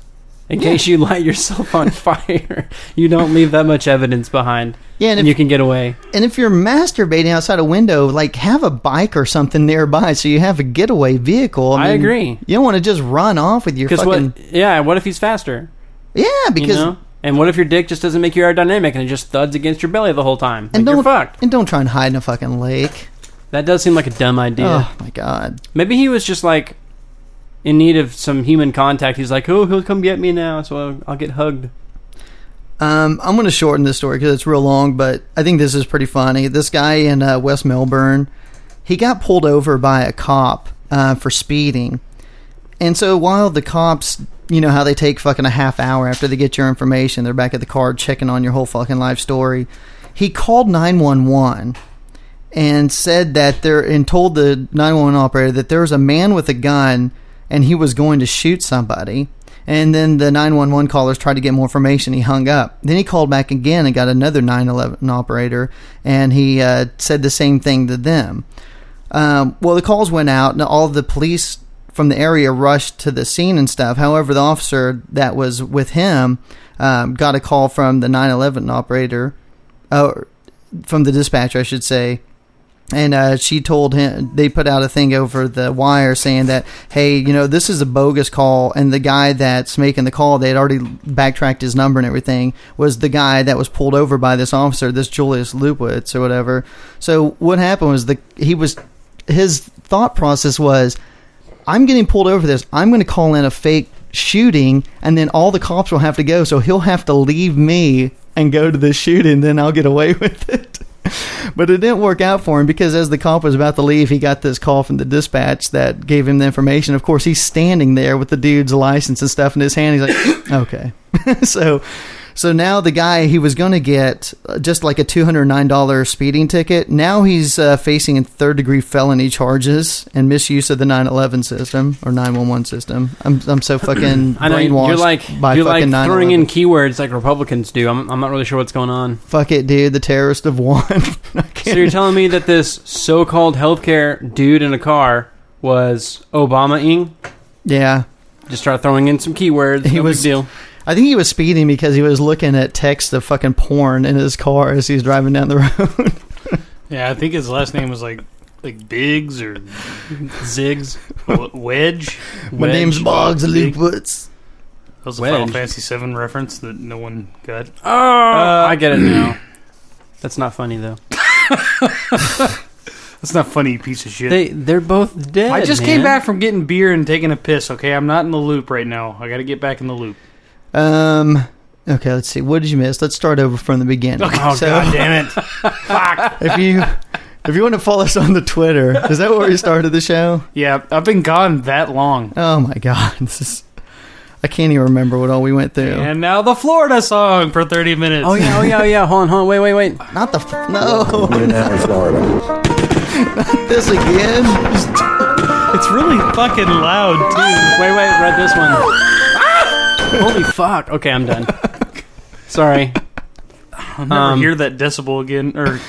In case you light yourself on fire, you don't leave that much evidence behind, yeah, and if and you can get away. And if you're masturbating outside a window, like have a bike or something nearby so you have a getaway vehicle. I agree. You don't want to just run off with your Because fucking what? Yeah, what if he's faster? Yeah, because you know? And what if your dick just doesn't make you aerodynamic and it just thuds against your belly the whole time? and And like, don't you're fucked. and don't try and hide in a fucking lake. That does seem like a dumb idea. Oh my god. Maybe he was just like in need of some human contact. He's like, oh, he'll come get me now, so I'll, I'll get hugged. Um, I'm going to shorten this story because it's real long, but I think this is pretty funny. This guy in uh, West Melbourne, he got pulled over by a cop uh, for speeding. And so while the cops, you know how they take fucking a half hour after they get your information, they're back at the car checking on your whole fucking life story. He called 911 and said that there and told the 911 operator that there was a man with a gun and he was going to shoot somebody. And then the 911 callers tried to get more information. He hung up. Then he called back again and got another 911 operator and he uh, said the same thing to them. Um, well, the calls went out, and all the police from the area rushed to the scene and stuff. However, the officer that was with him um, got a call from the 911 operator, or from the dispatcher, I should say. And uh, she told him they put out a thing over the wire saying that, hey, you know, this is a bogus call, and the guy that's making the call, they had already backtracked his number and everything, was the guy that was pulled over by this officer, this Julius Lupwitz or whatever. So what happened was the he was his thought process was, I'm getting pulled over for this. I'm going to call in a fake shooting, and then all the cops will have to go. So he'll have to leave me and go to the shooting, then I'll get away with it. But it didn't work out for him because as the cop was about to leave, he got this call from the dispatch that gave him the information. Of course, he's standing there with the dude's license and stuff in his hand. He's like, okay. so. So now the guy he was going to get uh, just like a two hundred nine dollar speeding ticket. Now he's uh, facing a third degree felony charges and misuse of the nine eleven system or nine one one system. I'm I'm so fucking I know brainwashed you're like by you're like fucking throwing 9/11. in keywords like Republicans do. I'm, I'm not really sure what's going on. Fuck it, dude. The terrorist have won. I So can't- you're telling me that this so-called healthcare dude in a car was Obama-ing? yeah, Just start throwing in some keywords. He no was- big deal. I think he was speeding because he was looking at text of fucking porn in his car as he's driving down the road. Yeah, I think his last name was like like Biggs or Zigs. W- Wedge. My name's Boggs Lupus. That was a Final Wedge. Fantasy VII reference that no one got. Oh, Uh, I get it now. That's not funny though. That's not funny, you piece of shit. They they're both dead. I just man. came back from getting beer and taking a piss. Okay, I'm not in the loop right now. I got to get back in the loop. Um. Okay, let's see. What did you miss? Let's start over from the beginning. Oh So- god damn it! Fuck. if you if you want to follow us on the Twitter, is that where we started the show? Yeah, I've been gone that long. Oh my god, this is I can't even remember what all we went through. And now the Florida song for 30 minutes. Oh yeah, oh yeah, oh yeah. Hold on, hold on. Wait, wait, wait. Not the f- no. Not this again. It's really fucking loud too. Wait, wait, read this one. Ah! Holy fuck. Okay, I'm done. Sorry. I'll never hear that decibel again or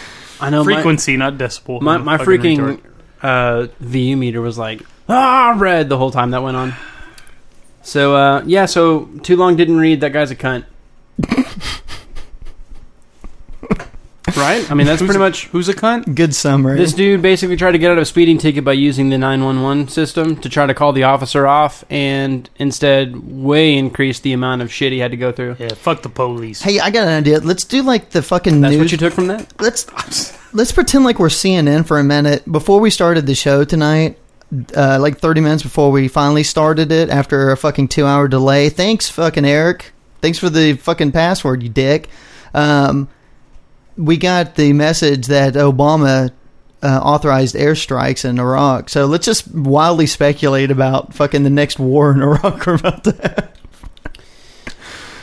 I know Um, my- frequency, not decibel. My, I'm a my fucking freaking retard. uh, VU meter was like, ah, red the whole time that went on. So, uh, yeah, so too long didn't read. That guy's a cunt. right? I mean, that's pretty much. Who's a cunt? Good summary. This dude basically tried to get out of a speeding ticket by using the 911 system to try to call the officer off and instead way increased the amount of shit he had to go through. Yeah, fuck the police. hey, I got an idea. Let's do like the fucking That's news. what you took from that? let's let's pretend like we're CNN for a minute. Before we started the show tonight, uh, like thirty minutes before we finally started it, after a fucking two hour delay. Thanks, fucking Eric. Thanks for the fucking password, you dick. Um, we got the message that Obama. Uh, authorized airstrikes in Iraq. So let's just wildly speculate about fucking the next war in Iraq we're about to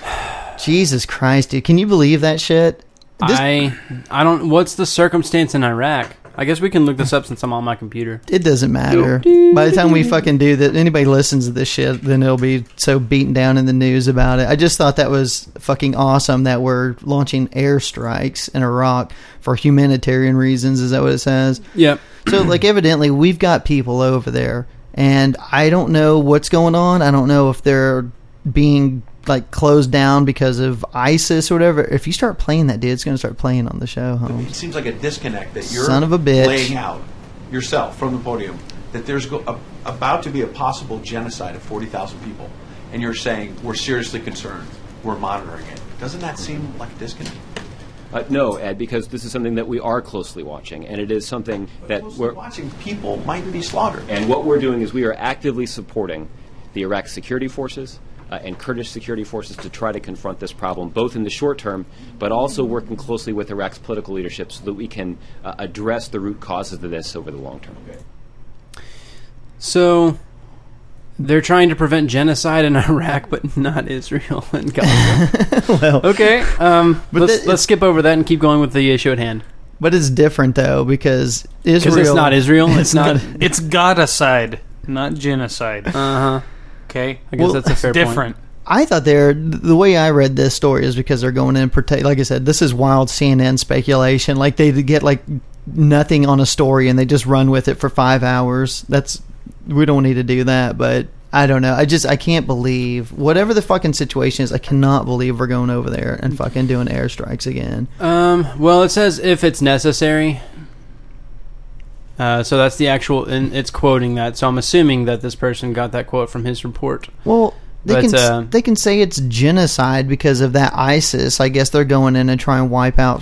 have. Jesus Christ, dude. Can you believe that shit? This- I, I don't. What's the circumstance in Iraq? I guess we can look this up since I'm on my computer. It doesn't matter. By the time we fucking do that, anybody listens to this shit, then it'll be so beaten down in the news about it. I just thought that was fucking awesome that we're launching airstrikes in Iraq for humanitarian reasons. Is that what it says? Yep. So, like, evidently, we've got people over there, and I don't know what's going on. I don't know if they're being like closed down because of ISIS or whatever. If you start playing that, dude, it's going to start playing on the show, Holmes. It seems like a disconnect that you're Son of a bitch. laying out yourself from the podium that there's go- a, about to be a possible genocide of 40,000 people, and you're saying we're seriously concerned, we're monitoring it. Doesn't that seem like a disconnect? Uh, no, Ed, because this is something that we are closely watching, and it is something that Closely we're. watching people might be slaughtered. And what we're doing is we are actively supporting the Iraq security forces uh, and Kurdish security forces to try to confront this problem, both in the short term, but also working closely with Iraq's political leadership so that we can uh, address the root causes of this over the long term. So they're trying to prevent genocide in Iraq, but not Israel and Gaza. okay, um, But let's, that- let's skip over that and keep going with the issue at hand. But it's different though because Israel. Because it's not Israel. It's not. Uh It's godicide, not genocide. huh. Okay, I guess that's a Uh, fair point. different. I thought they're the way I read this story is because they're going in protect. Like I said, this is wild CNN speculation. Like they get like nothing on a story and they just run with it for five hours. That's we don't need to do that. But I don't know. I just I can't believe whatever the fucking situation is. I cannot believe we're going over there and fucking doing airstrikes again. Um, well, it says if it's necessary. Uh, so that's the actual, and it's quoting that. So I'm assuming that this person got that quote from his report. Well, they But, can uh, they can say it's genocide because of that ISIS. I guess they're going in and try and wipe out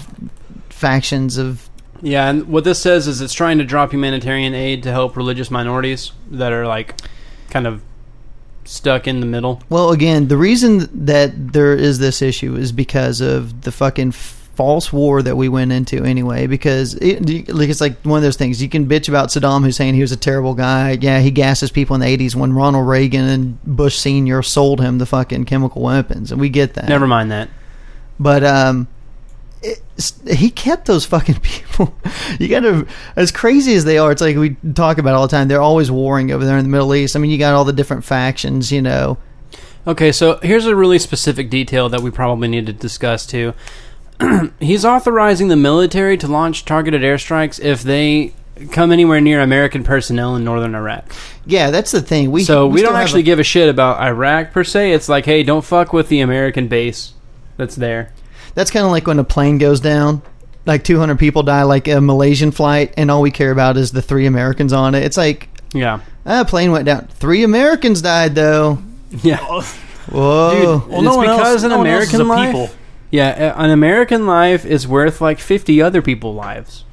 factions of Yeah, and what this says is it's trying to drop humanitarian aid to help religious minorities that are like kind of stuck in the middle. Well, again, the reason that there is this issue is because of the fucking false war that we went into anyway. Because it, like it's like one of those things you can bitch about Saddam Hussein. He was a terrible guy. Yeah, he gasses people in the eighties when Ronald Reagan and Bush Senior sold him the fucking chemical weapons, and we get that. Never mind that. But um, it's- he kept those fucking people. you got to, as crazy as they are, it's like we talk about all the time. They're always warring over there in the Middle East. I mean, you got all the different factions, you know. Okay, so here's a really specific detail that we probably need to discuss too. He's authorizing the military to launch targeted airstrikes if they come anywhere near American personnel in northern Iraq. Yeah, that's the thing. We So we, still don't have a- actually give a shit about Iraq per se. It's like, hey, don't fuck with the American base that's there. That's kind of like when a plane goes down, like 200 people die, like a Malaysian flight, and all we care about is the three Americans on it. It's like, Yeah. ah, plane went down. Three Americans died, though. Yeah. Whoa. Oh, Well, no one else- no one else is a people. Yeah, a- an American life is worth like 50 other people lives.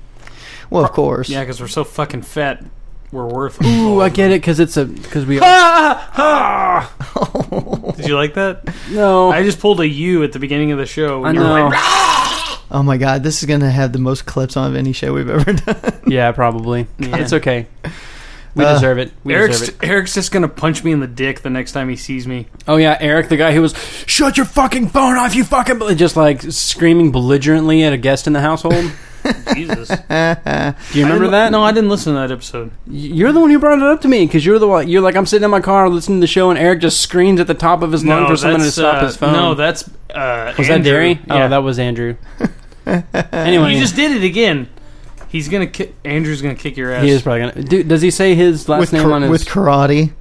Well, of course. Yeah, because we're so fucking fat, we're worth. Ooh, I get it because it's a because we. Are, Did you like that? no, I just pulled a U at the beginning of the show. I and you were know. like, "Ah, Oh my god, this is gonna have the most clips on of any show we've ever done. yeah, probably. Yeah. It's okay. We Uh, deserve it. We Eric's deserve it. Eric's just gonna punch me in the dick the next time he sees me. Oh yeah, Eric, the guy who was shut your fucking phone off, you fucking bel-" just like screaming belligerently at a guest in the household. Jesus, Do you remember that? No, I didn't listen to that episode. You're the one who brought it up to me because you're the one. You're like, I'm sitting in my car listening to the show, and Eric just screams at the top of his lung no, for someone to that's, stop uh, his phone. No, that's uh, was that Andrew. Derry? Yeah. Oh, that was Andrew. anyway, you just did it again. He's gonna kick. Andrew's gonna kick your ass. he is probably gonna. Do, does he say his last with name kar- on his? with karate.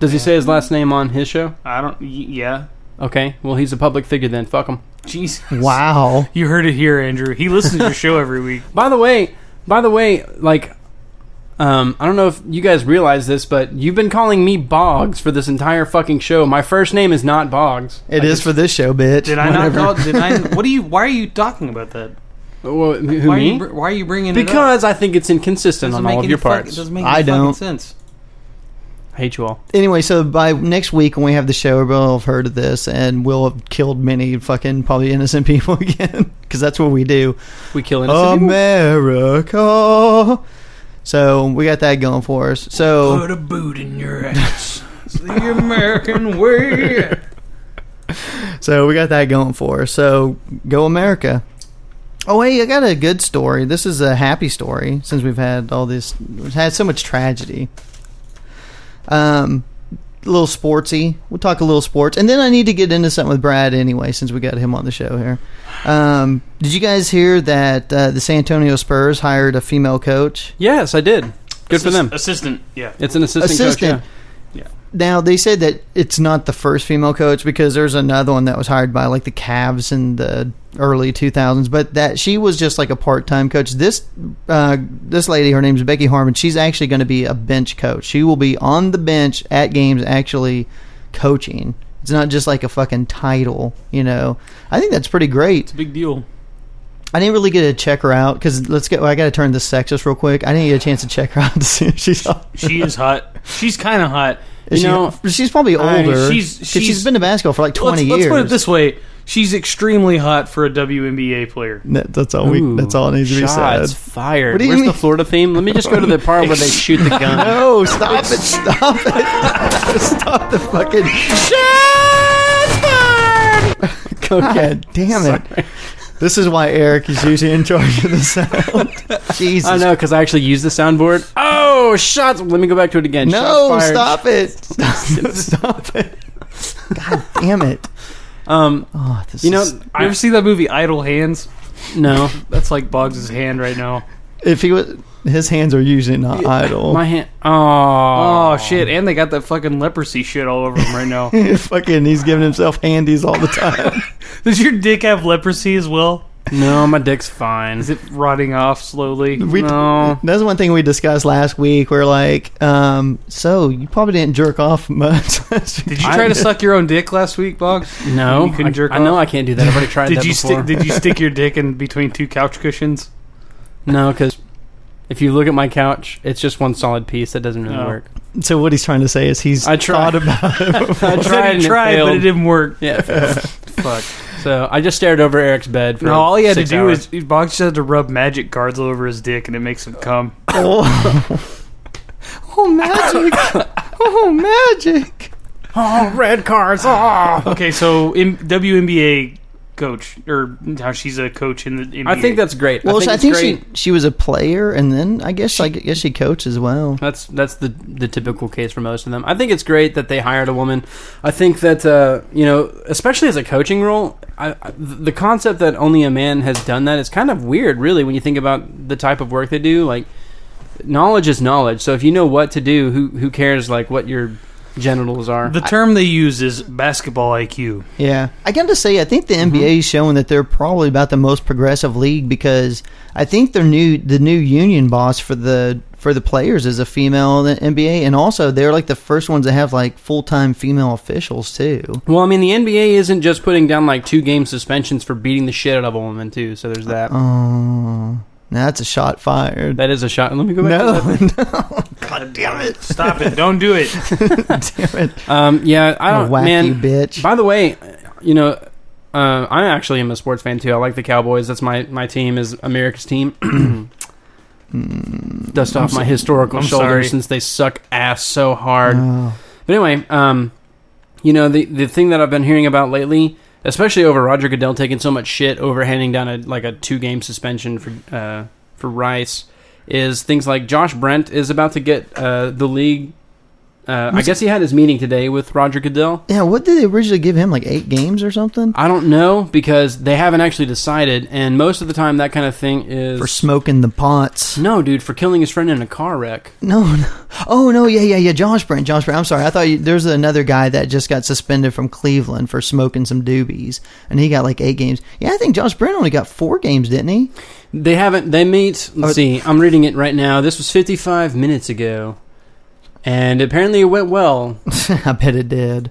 does he say his last name on his show? I don't. y- Yeah. Okay, well he's a public figure then. Fuck him. Jesus. Wow. You heard it here, Andrew. He listens to your show every week. By the way, by the way, like, um, I don't know if you guys realize this, but you've been calling me Boggs for this entire fucking show. My first name is not Boggs. it is for this show, bitch. Did I not call? Did I? What do you? Why are you talking about that? Well, who Why Are me? you, br- why are you bringing it up? because I think it's inconsistent Doesn't on make all of any your fuck- parts. doesn't make any I fucking don't. sense. I hate you all. anyway, so by next week when we have the show, everyone will have heard of this, and we'll have killed many fucking probably innocent people again because that's what we do. We kill Oh, innocent people. America. So we got that going for us. So Put a boot in your ass. It's the American way. so we got that going for us. So go America. Oh hey, I got a good story. This is a happy story since we've had all this we've had so much tragedy. Um a little sportsy. We'll talk a little sports. And then I need to get into something with Brad anyway since we got him on the show here. Um did you guys hear that uh, the San Antonio Spurs hired a female coach? Yes, I did. Good for them. Assistant. Yeah. It's an assistant, assistant. coach. yeah. Now they said that it's not the first female coach because there's another one that was hired by like the Cavs in the early 2000s, but that she was just like a part-time coach. This uh, this lady, her name's Becky Harmon. She's actually going to be a bench coach. She will be on the bench at games, actually coaching. It's not just like a fucking title, you know. I think that's pretty great. Big deal. I didn't really get to check her out because let's get. I got to turn this sexist real quick. I didn't get a chance to check her out to see if she's. She is hot. She's kind of hot. Is You she- know, she's probably I- older. she's- 'cause she's- she's been to basketball for like Let's, 20 let's years. put it this way. She's extremely hot for a WNBA player. That- that's all we. Ooh, That's all that needs to be shots said. fired. What do you Where's mean? the Florida theme? Let me just go to the part where they shoot the gun. No, stop it! Stop it! stop the fucking. Okay. God damn it! This is why Eric is usually in charge of the sound. Jesus. I know because I actually used the soundboard. Oh, shots! Let me go back to it again. No, Shots fired. stop it! Stop, stop it! God damn it! Um, Oh, this you know, is- You ever see that movie Idle Hands? no, That's like Boggs' hand right now. if he was, his hands are usually not idle. my hand. Oh, Oh, shit! And they got that fucking leprosy shit all over him right now. fucking, he's giving himself handies all the time. Does your dick have leprosy as well? No, my dick's fine. Is it rotting off slowly? We, No. That's one thing we discussed last week. We're like, um, so you probably didn't jerk off much. last week. Did you try to suck your own dick last week, Boggs? No, You couldn't I, jerk I know off? I can't do that. I've already tried Did that you before. stick? Did you stick your dick in between two couch cushions? no, because if you look at my couch, it's just one solid piece. That doesn't really Oh. work. so what he's trying to say is he's I tried. thought about it. before. I I tried, tried, and tried it failed. but it didn't work. yeah. Fuck. So I just stared over Eric's bed. For No, all he had to six do hours. is Boggs just had to rub magic cards all over his dick, and it makes him come. oh. oh, magic! Oh, magic! oh, red cards. Oh. Okay, so in WNBA coach, or now she's a coach in the NBA. I think that's great. Well, I think, I it's think, she great. she was a player, and then I guess I guess she coached as well. That's that's the the typical case for most of them. I think it's great that they hired a woman. I think that uh, you know, especially as a coaching role, I, I, the concept that only a man has done that is kind of weird, really, when you think about the type of work they do. Like, knowledge is knowledge. So if you know what to do, who who cares like what your genitals are? the term they use is basketball IQ. Yeah, Mm-hmm. I got to say, I think the NBA is showing that they're probably about the most progressive league because I think their new the new union boss for the for the players is a female in the NBA, and also they're like the first ones that have like full time female officials too. well, I mean, the NBA isn't just putting down like two game suspensions for beating the shit out of a woman too. So there's that. Um, Now that's a shot fired. That is a shot. Let me go back. to no, that. no. God damn it. Stop it! Don't do it. damn it. Um, yeah, I You don't. wacky man, bitch. By the way, you know, uh, I actually am a sports fan too. I like the Cowboys. That's my my team is America's team. Dust off my historical I'm shoulders sorry. Uh. since they suck ass so hard. No. But anyway, um, you know the the thing that I've been hearing about lately, especially over Roger Goodell taking so much shit over handing down a like a two game suspension for uh, for Rice, is things like Josh Brent is about to get uh, the league. Uh, I guess he had his meeting today with Roger Goodell. Yeah, what did they originally give him? Like eight games or something? I don't know because they haven't actually decided, and most of the time that kind of thing is For smoking the pots. no, dude, for killing his friend in a car wreck. No, no. Oh, no, yeah, yeah, yeah. Josh Brent, Josh Brent. I'm sorry. I thought you, there's another guy that just got suspended from Cleveland for smoking some doobies, and he got like eight games. Yeah, I think Josh Brent only got four games, didn't he? They haven't. They meet. Let's Are- see. I'm reading it right now. This was 55 minutes ago, and apparently it went well. I bet it did.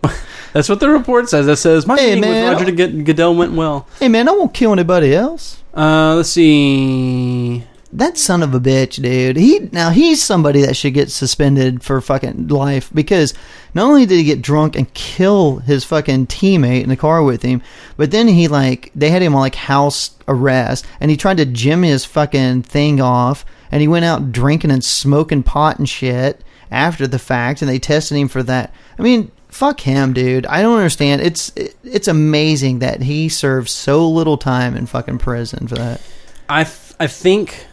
That's what the report says. That says my Hey, meeting man. with Roger Good- Goodell went well. hey, man, I won't kill anybody else. Uh, let's see. That son of a bitch, dude. He now he's somebody that should get suspended for fucking life because not only did he get drunk and kill his fucking teammate in the car with him, but then he like they had him on like house arrest and he tried to gym his fucking thing off and he went out drinking and smoking pot and shit after the fact and they tested him for that. I mean, fuck him, dude. I don't understand. It's it, it's amazing that he served so little time in fucking prison for that. I th- I think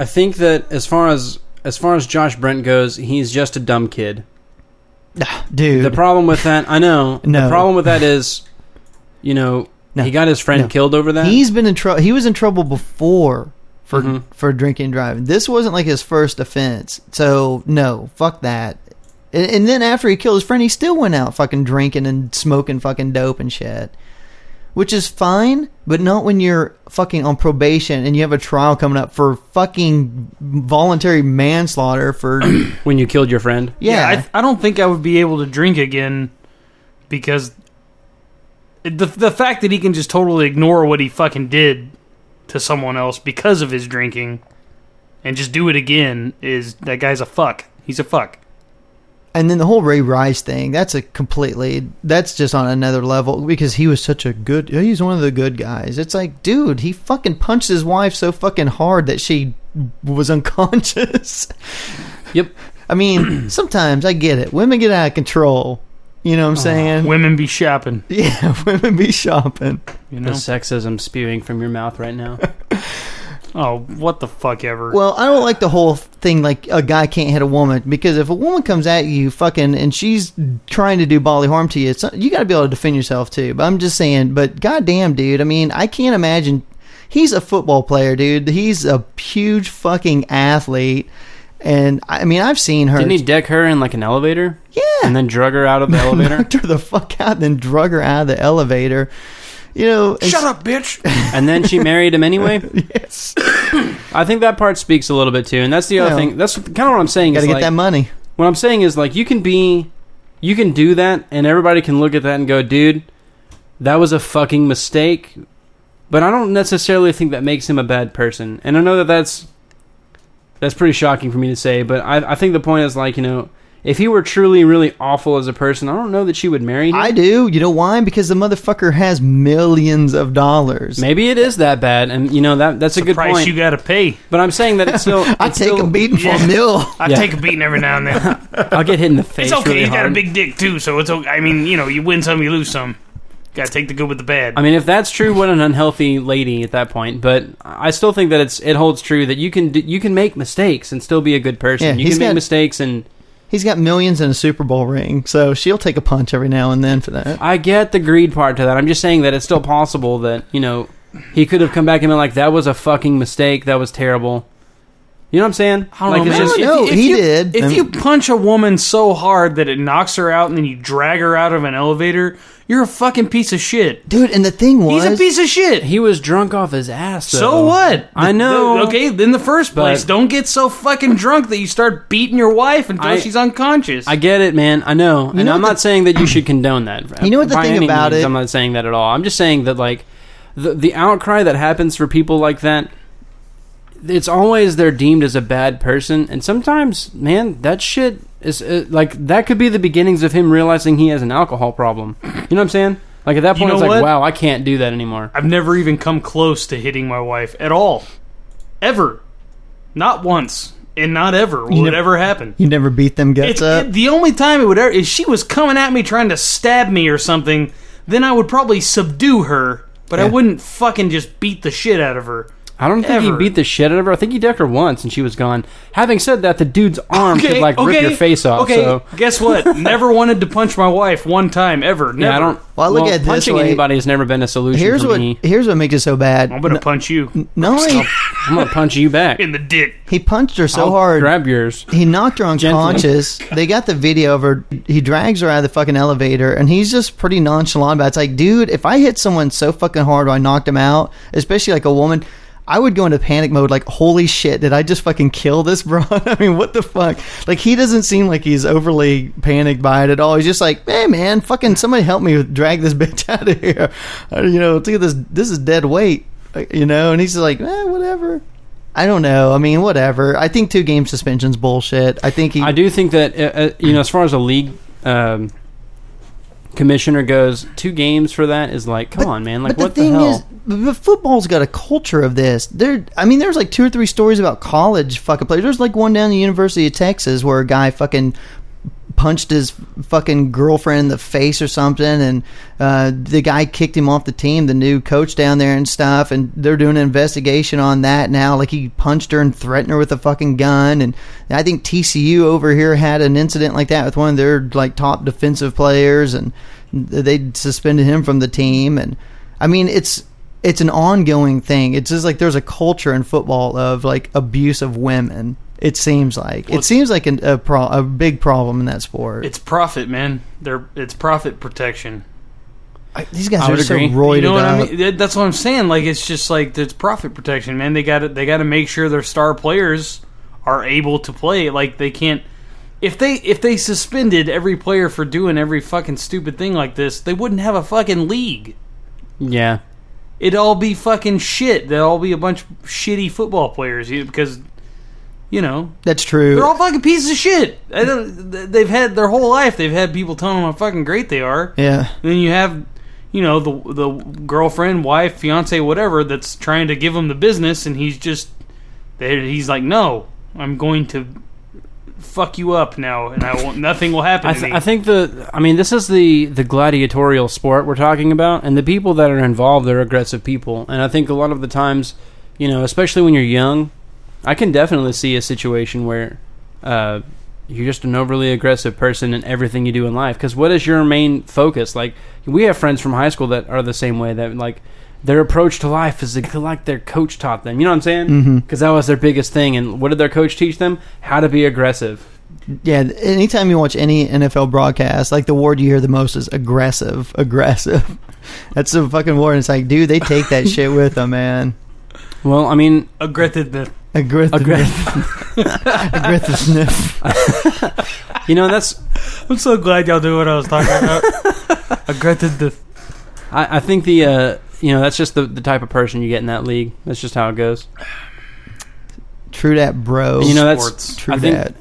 I think that as far as as far as Josh Brent goes, he's just a dumb kid. Dude. The problem with that, I know. The No. problem with that is, you know, No. he got his friend No. killed over that. He's been in trouble. He was in trouble before for Mhm. Mm-hmm. for drinking and driving. This wasn't like his first offense. So no, fuck that. And, and then after he killed his friend, he still went out fucking drinking and smoking fucking dope and shit. Which is fine, but not when you're fucking on probation and you have a trial coming up for fucking voluntary manslaughter for yeah. when you killed your friend. I, th- I don't think I would be able to drink again because the the fact that he can just totally ignore what he fucking did to someone else because of his drinking and just do it again is that guy's a fuck. He's a fuck. And then the whole Ray Rice thing, that's a completely, that's just on another level because he was such a good, he's one of the good guys. It's like, dude, he fucking punched his wife so fucking hard that she was unconscious. Yep. I mean, sometimes I get it. Women get out of control. You know what I'm saying? Women be shopping, yeah, women be shopping. you The know. sexism spewing from your mouth right now. Oh, what the fuck ever. Well, I don't like the whole thing like a guy can't hit a woman because if a woman comes at you fucking and she's trying to do bodily harm to you, it's, you got to be able to defend yourself too. But I'm just saying, but goddamn, dude, I mean, I can't imagine. He's a football player, dude. He's a huge fucking athlete. And I I mean, I've seen her. Didn't he deck her in like an elevator? yeah. And then drug her out of the elevator? knocked her the fuck out, then drug her out of the elevator. You know, and- Shut up, bitch. and then she married him anyway? yes. I think that part speaks a little bit too. And that's the other Yeah. thing. That's kind of what I'm saying. Gotta is get like- that money. What I'm saying is like you can be you can do that and everybody can look at that and go, dude, that was a fucking mistake. But I don't necessarily think that makes him a bad person. And I know that that's that's pretty shocking for me to say, but I, I think the point is like, you know, if he were truly really awful as a person, I don't know that she would marry him. I do. You know why? Because the motherfucker has millions of dollars. Maybe it is that bad, and you know that that's a good Price point. you gotta pay. but I'm saying that it's still. I it's take a still, beating for a mill. I Yeah. take a beating every now and then. I'll get hit in the face. it's okay. really he's got a hard. big dick too, so it's okay. I mean, you know, you win some, you lose some. Gotta take the good with the bad. I mean, if that's true, what an unhealthy lady at that point. But I still think that it's it holds true that you can do, you can make mistakes and still be a good person. Yeah, you he's can make got- mistakes, and He's got millions and a Super Bowl ring, so she'll take a punch every now and then for that. I get the greed part to that. I'm just saying that it's still possible that you know he could have come back and been like, "That was a fucking mistake. That was terrible." You know what I'm saying? I don't like, know, it's man. just- I don't know. If you- if He you- did. If And- you punch a woman so hard that it knocks her out and then you drag her out of an elevator, you're a fucking piece of shit. Dude, and the thing was, He's a piece of shit. he was drunk off his ass. Though. So what? I The- know. the- okay, in the first But- place, don't get so fucking drunk that you start beating your wife until I- she's unconscious. I get it, man. I know, and know I'm what not saying that you should condone that. uh, You know what the By thing any about means, it- I'm not saying that at all. I'm just saying that like the the outcry that happens for people like that it's always they're deemed as a bad person, and sometimes, man, that shit is uh, like that could be the beginnings of him realizing he has an alcohol problem. You know what I'm saying? Like at that You point, know it's like, what? wow, I can't do that anymore. I've never even come close to hitting my wife at all. Ever. Not once. And not ever will it never- ever happen. You never beat them guts It's, up. it- the only time it would ever. If she was coming at me trying to stab me or something, then I would probably subdue her, but I Yeah. wouldn't fucking just beat the shit out of her. I don't think he Ever. beat the shit out of her. I think he decked her once, and she was gone. Having said that, the dude's arm could like rip your face off. Okay, So guess what? never wanted to punch my wife one time ever. Never. yeah, I don't. Well, I look at it this punching way. anybody has never been a solution Here's for what me. here's what makes it so bad. I'm gonna punch you No, he, I'm gonna punch you back. in the dick. he punched her so I'll hard. grab yours. he knocked her Gently. unconscious. they got the video of her. He drags her out of the fucking elevator, and he's just pretty nonchalant about it. It's like, dude, if I hit someone so fucking hard or I knocked him out, especially like a woman, I would go into panic mode. Like, holy shit, did I just fucking kill this bro? I mean, what the fuck? Like, he doesn't seem like he's overly panicked by it at all. He's just like, hey man, fucking somebody help me drag this bitch out of here. Uh, You know, look at this. This is dead weight. Uh, You know, and he's just like, eh, whatever. I don't know. I mean, whatever. I think two game suspension's bullshit. I think he. I do think that uh, uh, you know, as far as a league um, commissioner goes, two games for that is like, come on, man, like but what the the, thing hell? is, the the football's got a culture of this. There, I mean, there's like two or three stories about college fucking players. There's like one down at the University of Texas where a guy fucking punched his fucking girlfriend in the face or something, and uh, the guy kicked him off the team. The new coach down there and stuff, and they're doing an investigation on that now. Like he punched her and threatened her with a fucking gun, and I think TCU over here had an incident like that with one of their like top defensive players, and they suspended him from the team and. I mean, it's it's an ongoing thing. It's just like there's a culture in football of like abuse of women. It seems like it seems like an, a pro, a big problem in that sport. It's profit, man. They're it's profit protection. I- these guys I are would so agree. You roided You know what up. I mean? That- That's what I'm saying. Like it's just like there's profit protection, man. They got to they got to make sure their star players are able to play. Like they can't if they if they suspended every player for doing every fucking stupid thing like this, they wouldn't have a fucking league. yeah, It'd all be fucking shit. They'd all be a bunch of shitty football players you- because you know That's true. they're all fucking pieces of shit. I don't, th- they've had their whole life. They've had people telling them how fucking great they are. yeah, And then you have, you know, the the girlfriend, wife, fiance, whatever that's trying to give him the business, and he's just, they- he's like, no, I'm going to fuck you up now, and I won't, nothing will happen I, to th- me. I think the I mean this is the the gladiatorial sport we're talking about, and the people that are involved are aggressive people, and I think a lot of the times, you know, especially when you're young, I can definitely see a situation where uh, you're just an overly aggressive person in everything you do in life. Because what is your main focus? Like we have friends from high school that are the same way that like. Their approach to life is like their coach taught them. You know what I'm saying? Because that was their biggest thing. And what did their coach teach them? How to be aggressive. yeah. Anytime you watch any NFL broadcast, like the word you hear the most is aggressive. Aggressive. That's the fucking word. It's like, dude, they take that shit with them, man. Well, I mean, Aggressive. Aggressive. Aggressive. Aggressiveness. you know, that's I'm so glad y'all knew what I was talking about. Aggressive. I, I think the uh, you know that's just the, the type of person you get in that league. That's just how it goes. True that, bro. And, you know that's Sports. True I think that.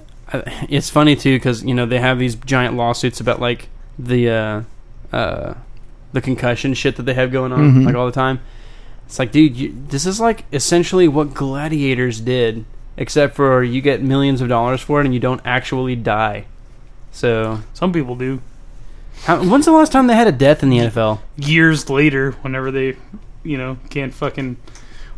I, it's funny too because you know they have these giant lawsuits about like the uh, uh, the concussion shit that they have going on Mhm. like all the time. It's like, dude, you, this is like essentially what gladiators did, except for you get millions of dollars for it and you don't actually die. So, Some people do. how, when's the last time they had a death in the NFL? Years later, whenever they, you know, can't fucking,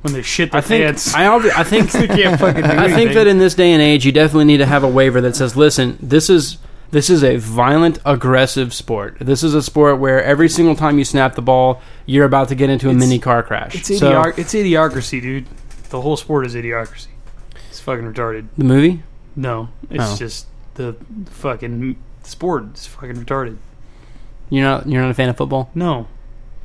when they shit their I think pants. I, obvi- I think they can't fucking do I think anything. that in this day and age, you definitely need to have a waiver that says, "Listen, this is this is a violent, aggressive sport. This is a sport where every single time you snap the ball, you're about to get into a It's- mini car crash." E It's so idioc- it's idiocracy, dude. The whole sport is idiocracy. It's fucking retarded. the movie. No, it's Oh. just the fucking sport is fucking retarded. You're not you're not a fan of football. No,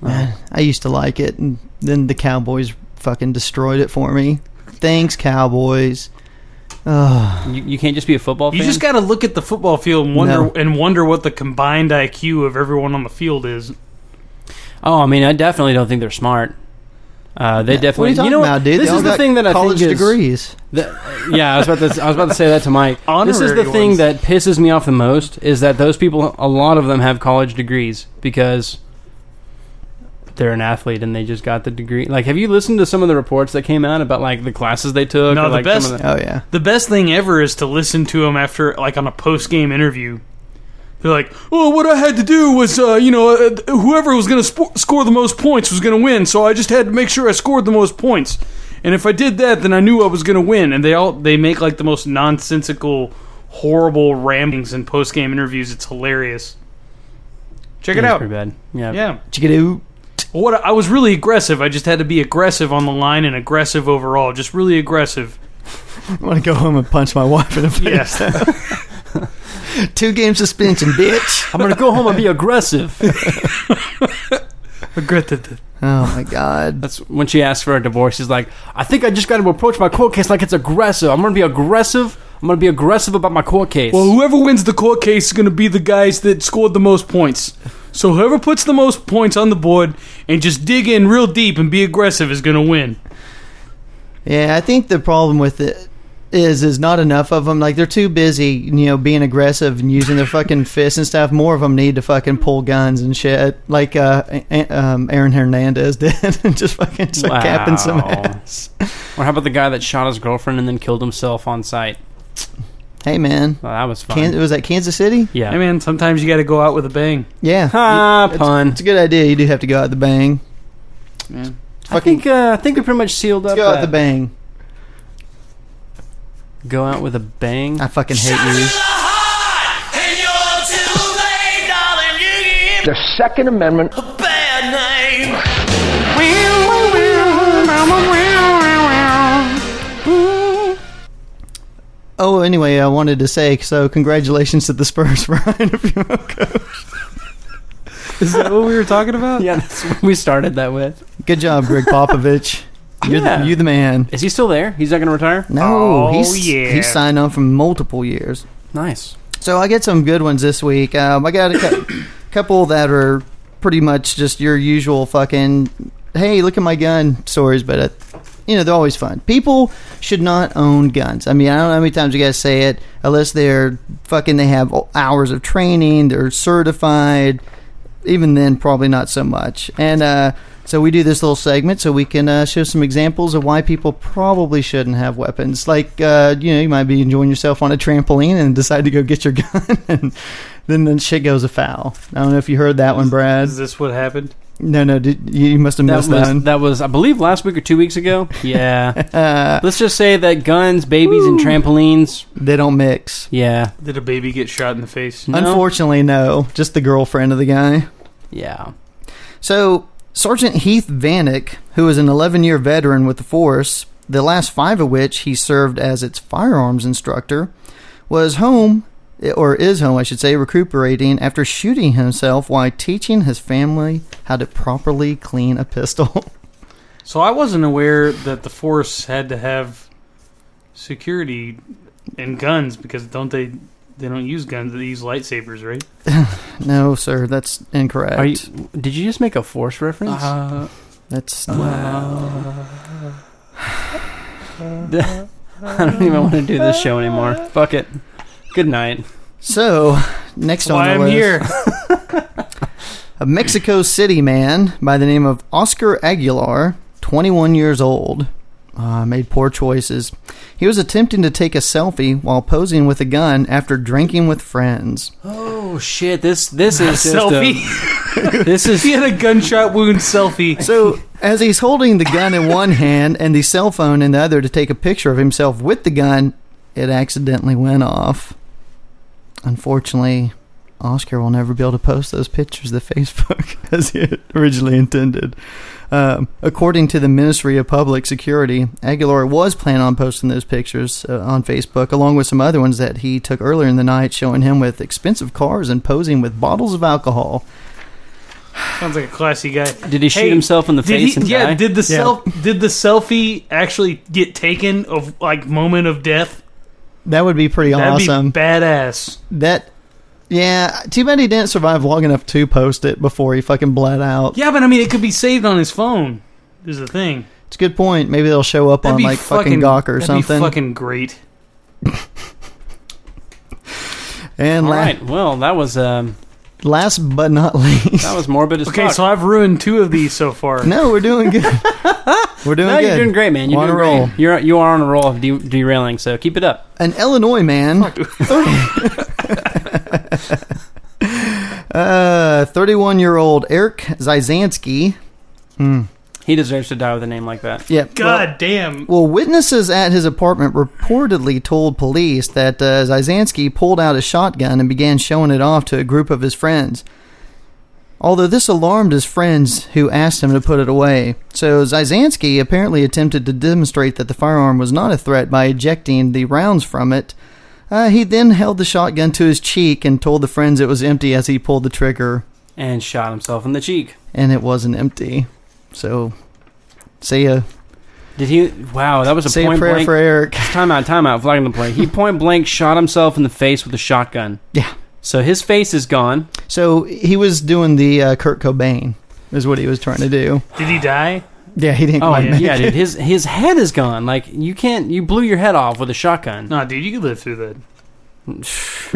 I used to like it, and then the Cowboys fucking destroyed it for me. Thanks, Cowboys. Ugh. You, you can't just be a football you fan. just got to look at the football field and wonder No. and wonder what the combined IQ of everyone on the field is. oh, I mean, I definitely don't think they're smart. Uh, they definitely. What are you talking know about, dude? This They all is the got thing that I college think is degrees. the- yeah, I was about to. I was about to say that to Mike. this is the Honorary thing ones. that pisses me off the most is that those people, a lot of them, have college degrees because they're an athlete and they just got the degree. Like, have you listened to some of the reports that came out about like the classes they took? No, or, the like, best- Some of the, Oh yeah. The best thing ever is to listen to them after, like, on a post game interview. They're like, "Oh, what I had to do was, uh, you know, uh, whoever was going to sp- score the most points was going to win. So I just had to make sure I scored the most points. And if I did that, then I knew I was going to win." And they all they make like the most nonsensical, horrible ramblings in post game interviews. It's hilarious. Check it It's out. Pretty bad. Yeah. Yeah. Chickadoo. What I was really aggressive. I just had to be aggressive on the line and aggressive overall. Just really aggressive. I want to go home and punch my wife in the face. Yes. Two game suspension, bitch. I'm gonna go home and be aggressive. Aggressive. Oh my god. That's when she asked for a divorce. She's like, I think I just got to approach my court case like it's aggressive. I'm gonna be aggressive. I'm gonna be aggressive about my court case. Well, whoever wins the court case is going to be the guys that scored the most points. So whoever puts the most points on the board and just dig in real deep and be aggressive is going to win. Yeah, I think the problem with it is is not enough of them. Like they're too busy, you know, being aggressive and using their fucking fists and stuff. More of them need to fucking pull guns and shit, like uh, A- A- um, Aaron Hernandez did, and just fucking start Wow. capping some ass. or how about the guy that shot his girlfriend and then killed himself on site? Hey man, Well, that was fun. Kan- was that Kansas City? yeah. I mean, sometimes you got to go out with a bang. Yeah, Ha, It's- Ah, pun. It's a good idea. You do have to go out the bang. I think uh, I think we pretty much sealed up. Go out that- the bang. Go out with a bang. I fucking hate you. The Second Amendment. Oh, anyway, I wanted to say so. Congratulations to the Spurs, Ryan. If you Is that what we were talking about? yeah, that's what we started that with. Good job, Greg Popovich. You're, Yeah. the, you the man. Is he still there? He's not going to retire. No, Oh, he's yeah. he's signed on for multiple years. Nice. So I get some good ones this week. Um, I got a cou- couple that are pretty much just your usual fucking hey, look at my gun stories, but uh you know they're always fun. People should not own guns. I mean, I don't know how many times you guys say it, unless they're fucking they have hours of training, they're certified. Even then, probably not so much. And uh, so we do this little segment so we can uh, show some examples of why people probably shouldn't have weapons. Like uh, you know, you might be enjoying yourself on a trampoline and decide to go get your gun, and then then shit goes afoul. I don't know if you heard that one, Brad. Is this what happened? No, no, did, you you must have That missed was, that one. that was, I believe, last week or two weeks ago. Yeah. Let's just say that guns, babies, and trampolines. They don't mix. Yeah. Did a baby get shot in the face? No? Unfortunately, no. Just the girlfriend of the guy. Yeah. So, Sergeant Heath Vanek, who is an 11 year veteran with the force, the last five of which he served as its firearms instructor, was home, or is home, I should say, recuperating after shooting himself while teaching his family how to properly clean a pistol. So I wasn't aware that the force had to have security and guns because don't they? They don't use guns. They use lightsabers, right? no, sir, that's incorrect. Are you? Did you just make a force reference? that's I don't even want to do this show anymore. Fuck it. Good night. So, next on the Why I'm list, here? a Mexico City man by the name of Oscar Aguilar, 21 years old, uh, made poor choices. He was attempting to take a selfie while posing with a gun after drinking with friends. Oh shit! This this is just selfie. A, this is he had a gunshot wound selfie. So, as he's holding the gun in one hand and the cell phone in the other to take a picture of himself with the gun, it accidentally went off. Unfortunately, Oscar will never be able to post those pictures to Facebook as he had originally intended. Um, according to the Ministry of Public Security, Aguilar was planning on posting those pictures uh, on Facebook, along with some other ones that he took earlier in the night, showing him with expensive cars and posing with bottles of alcohol. Sounds like a classy guy. Did he shoot Hey, himself in the Did face he, and yeah, die? did the self did the selfie actually get taken of like moment of death? That would be pretty That'd awesome. be badass. That, yeah. Too bad he didn't survive long enough to post it before he fucking bled out. Yeah, but I mean, it could be saved on his phone. is the thing. It's a good point. Maybe they'll show up That'd on be like fucking, Gawker or that'd something. Be fucking great. and All la- right. Well, that was um, last but not least, that was morbid as Okay, fuck. so I've ruined two of these so far. no, we're doing good. we're doing no, good. you're doing great, man. You're on doing a roll. Great. You're you are on a roll of de- derailing, so keep it up. An Illinois man. Uh, 31 year old Eric Zizanski. He deserves to die with a name like that. Yeah. God damn. Well, witnesses at his apartment reportedly told police that uh, Zizanski pulled out a shotgun and began showing it off to a group of his friends. Although this alarmed his friends, who asked him to put it away. So Zizanski apparently attempted to demonstrate that the firearm was not a threat by ejecting the rounds from it. Uh, he then held the shotgun to his cheek and told the friends it was empty as he pulled the trigger, And shot himself in the cheek. and it wasn't empty. So, see ya. Did he? Wow, that was a Say a point prayer blank. for Eric. Time out, time out. Flagging the play. He point blank shot himself in the face with a shotgun. Yeah. So his face is gone. So he was doing the uh, Kurt Cobain, is what he was trying to do. Did he die? Yeah, he didn't. Oh quite yeah, make yeah, it. dude. His his head is gone. Like you can't. You blew your head off with a shotgun. Nah, dude, you could live through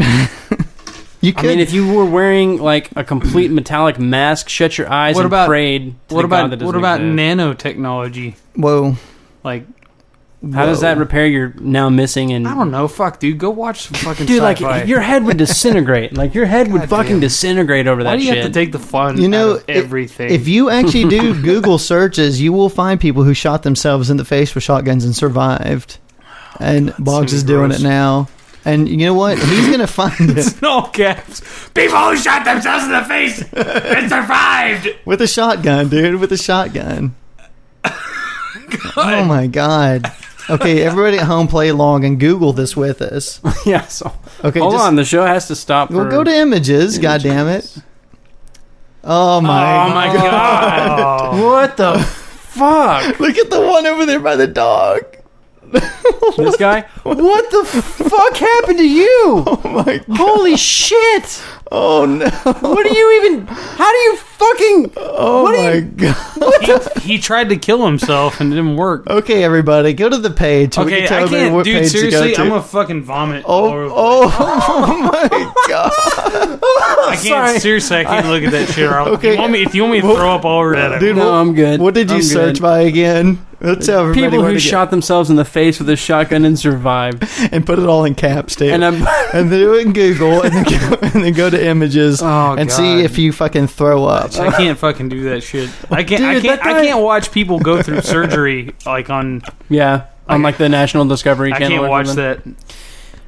that. You I could. mean, if you were wearing like a complete metallic mask, shut your eyes What and about- prayed. To What the God about that what doesn't about exist. nanotechnology? whoa, Like How does that Whoa. repair your now missing and? I don't know, fuck, dude, go watch some fucking Dude, like sci-fi. your head would disintegrate. Like your head would fucking disintegrate over that Why do you shit. have to take the fun? you know out of i- everything. If you actually do Google searches, you will find people who shot themselves in the face with shotguns and survived. And Boggs is doing gross. it now. And you know what? He's gonna find it no caps, people who shot themselves in the face and survived. with a shotgun, dude. With a shotgun. Oh my god. Okay, everybody at home, play along and Google this with us. yeah. So Okay, hold just, on, the show has to stop. Well, for- go to images. God damn it. Oh my Oh my Oh. god! what the fuck? Look at the one over there by the dog. This guy? What the fuck happened to you? Oh my god. Holy shit! Oh no. What do you even? How do you fucking? Oh What do my you- god. He tried to kill himself and it didn't work. Okay, everybody, go to the page. so we Okay, can tell I everybody can't, what dude. page to go Seriously, to. I'm gonna fucking vomit. all Oh, over the oh, oh my god. place. I can't. sorry. Seriously, I can't look at that shit. Or okay, Okay. you want me, if you want me to throw up all over that, Dude, No, what, I'm good. What did you I'm search good. by again? Let's tell everybody People where who to get- shot themselves in the face with a shotgun and survived. and put it all in caps, dude. And I'm. and then do it in Google, and then go, and then go to images Oh, and God. see if you fucking throw up. I can't fucking do that shit. I can't. I Dude, can't. that I guy- can't watch people go through surgery like on. Yeah. On like the National Discovery I Channel. can't or watch something. that.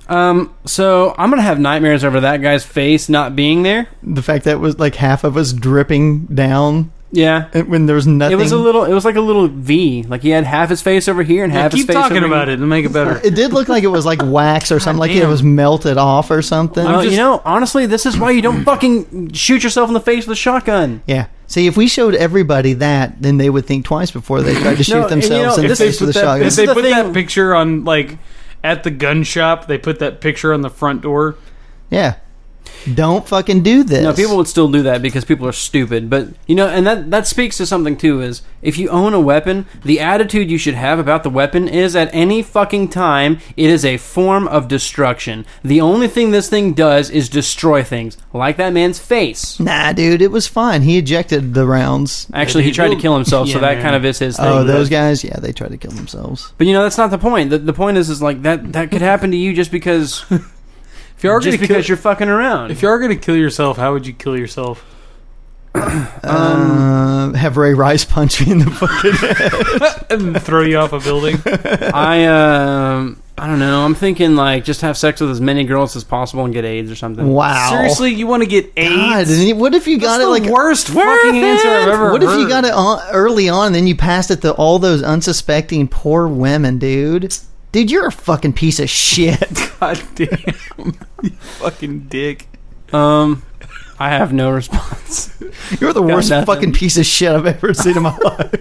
Um. So I'm gonna have nightmares over that guy's face not being there. the fact that it was like half of us dripping down Yeah. and when there was nothing. It was a little. It was like a little V. Like he had half his face over here and Yeah, half his keep face. talking over about here. it and make it better. It did look like it was like wax or something, like it damn. was melted off or something. Well, you know, honestly, this is why you don't fucking shoot yourself in the face with a shotgun. yeah. See, if we showed everybody that, then they would think twice before they tried to shoot No, and, you themselves know, in the if they face with a put that- shotgun. this If is they the put thing- that picture on like at the gun shop, they put that picture on the front door. yeah. Don't fucking do this. No, people would still do that because people are stupid. But you know, and that that speaks to something too. Is if you own a weapon, the attitude you should have about the weapon is at any fucking time it is a form of destruction. The only thing this thing does is destroy things, like that man's face. Nah, dude, it was fine. He ejected the rounds. Actually, he tried to kill himself, so Yeah, that man. kind of is his thing. Oh, those guys, yeah, they tried to kill themselves. But you know, that's not the point. The, the point is, is like that that could happen to you just because If you are just gonna because kill, you're fucking around. if you are gonna kill yourself, how would you kill yourself? Um, have Ray Rice punch me in the fucking and throw you off a building. Oh. I um I don't know. I'm thinking like just have sex with as many girls as possible and get AIDS or something. wow. Seriously, you want to get AIDS? God, and you- what if you got That's it the like worst fucking it. answer I've ever What if you heard. got it on, early on, and then you passed it to all those unsuspecting poor women, dude? Dude, you're a fucking piece of shit. God damn, you fucking dick. Um, I have no response. You're the worst nothing. fucking piece of shit I've ever seen in my life.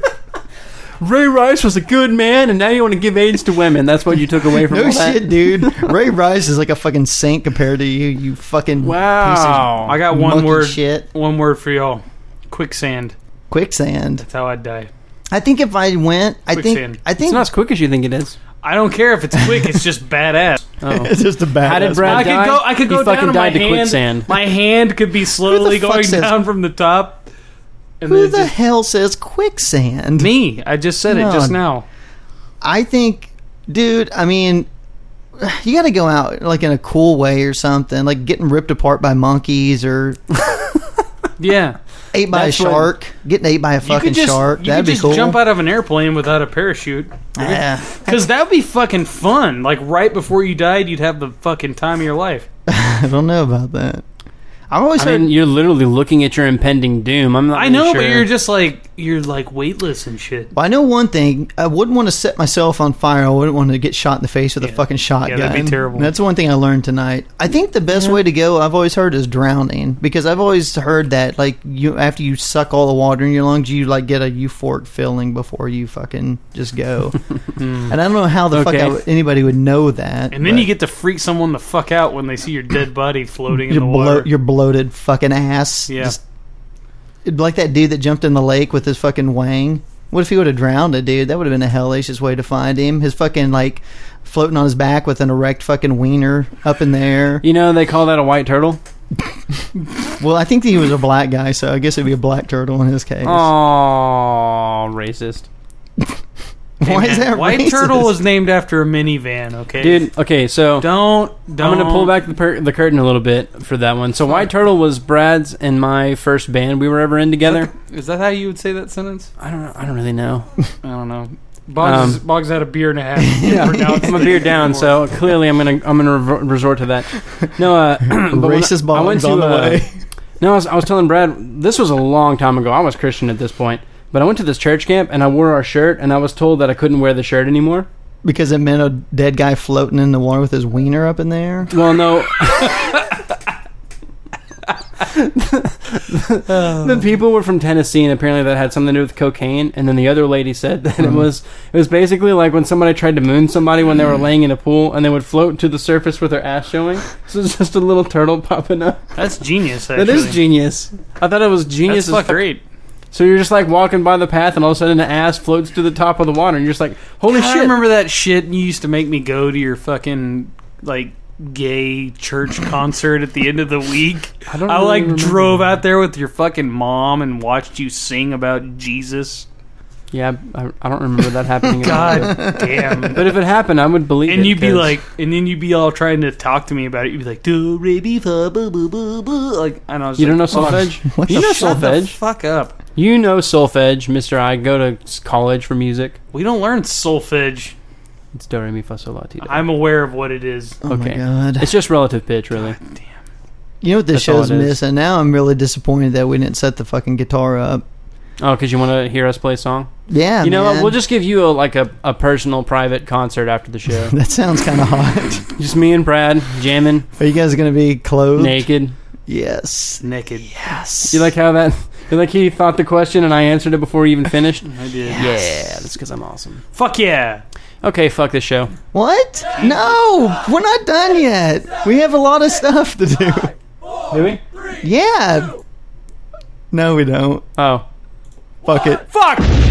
Ray Rice was a good man, and now you want to give AIDS to women. That's what you took away from No all that. shit, dude. Ray Rice is like a fucking saint compared to you. You fucking Wow. I got piece of one monkey word. shit. One word for y'all. Quicksand. Quicksand. That's how I'd die. I think if I went, I Quicksand. think I think It's not as quick as you think it is. I don't care if it's quick. It's just badass. it's just a bad. How did Brad I could die? go. I could go he down. fucking and died my to hand, quicksand. My hand could be slowly fuck going says- down from the top. And Who then the just, hell says quicksand? me? I just said it No. just now. I think, dude. I mean, you got to go out like in a cool way or something, like getting ripped apart by monkeys or Yeah, ate by That's a what- shark. getting ate by a you fucking could just shark. you That'd could be just cool. jump out of an airplane without a parachute. Yeah. Because that would be fucking fun. Like right before you died, you'd have the fucking time of your life. I don't know about that. I've always I heard. mean, you're literally looking at your impending doom. I'm not. I really know, sure. but you're just like you're like weightless and shit. well, I know one thing. I wouldn't want to set myself on fire. I wouldn't want to get shot in the face with a fucking shotgun. that'd be terrible. That's one thing I learned tonight. I think the best way to go, I've always heard, is drowning because I've always heard that like you after you suck all the water in your lungs, you like get a euphoric feeling before you fucking just go. and I don't know how the fuck Okay. I would- anybody would know that. And then but you get to freak someone the fuck out when they see your dead body floating in your the water. bloat, your bloated fucking ass. Yeah. just- like that dude that jumped in the lake with his fucking wang. What if he would have drowned a dude? That would have been a hellacious way to find him. His fucking like floating on his back with an erect fucking wiener up in the air. You know they call that a white turtle. Well, I think he was a black guy, so I guess it'd be a black turtle in his case. Oh, racist, Why is that White racist? Turtle was named after a minivan. Okay, dude. Okay, so Don't, I'm don't. gonna Oh. pull back the, per- the curtain a little bit for that one. So White Turtle was Brad's and my first band we were ever in together. Is that how you would say that sentence? I don't. I don't really know. I don't know. Boggs, Um, Boggs had a beer and a half. We're yeah, down- I'm a beer down, so clearly I'm gonna I'm gonna re- resort to that. No, uh, but when Racist I- I went bombs on to, the uh, way. No, I was, I was telling Brad this was a long time ago. I was Christian at this point, but I went to this church camp and I wore our shirt, and I was told that I couldn't wear the shirt anymore. because it meant a dead guy floating in the water with his wiener up in the air. Well, no. the people were from Tennessee, and apparently that had something to do with cocaine. And then the other lady said that it was it was basically like when somebody tried to moon somebody when they were laying in a pool, and they would float to the surface with their ass showing. So it's just a little turtle popping up. That's genius. Actually. That is genius. I thought it was That's genius. as fucking fuck. great. So you're just like walking by the path, and all of a sudden an ass floats to the top of the water, and you're just like, "Holy I shit!" remember that shit. and You used to make me go to your fucking like gay church concert at the end of the week. I don't I really like remember drove out there with your fucking mom and watched you sing about Jesus. Yeah, I, I don't remember that happening. at all. God damn. But if it happened, I would believe it. And you'd be 'cause- like, and then you'd be all trying to talk to me about it. You'd be like, do re mi fa boo boo boo boo. Like, and I was You like, don't know hold on, solfege? you know Shut the solfege. fuck up. You know solfege, Mister. I go to s- college for music. We don't learn solfege. It's do re mi fa sol la ti do. I'm aware of what it is. Oh Okay. my god! It's just relative pitch, really. You know what this That's all show's it is. missing? Now I'm really disappointed that we didn't set the fucking guitar up. Oh, because you want to hear us play a song? Yeah, you know what? man. We'll just give you a, like a, a personal, private concert after the show. That sounds kind of hot. just me and Brad jamming, Are you guys gonna be clothed? naked. Yes. Naked. Yes. You like how that? You like he thought the question and I answered it before he even finished? I did. Yeah, that's because I'm awesome. Fuck yeah. Okay, fuck this show. what? No, we're not done yet. We have a lot of stuff to do. Do we? Yeah. No, we don't. Oh. Fuck it. Fuck.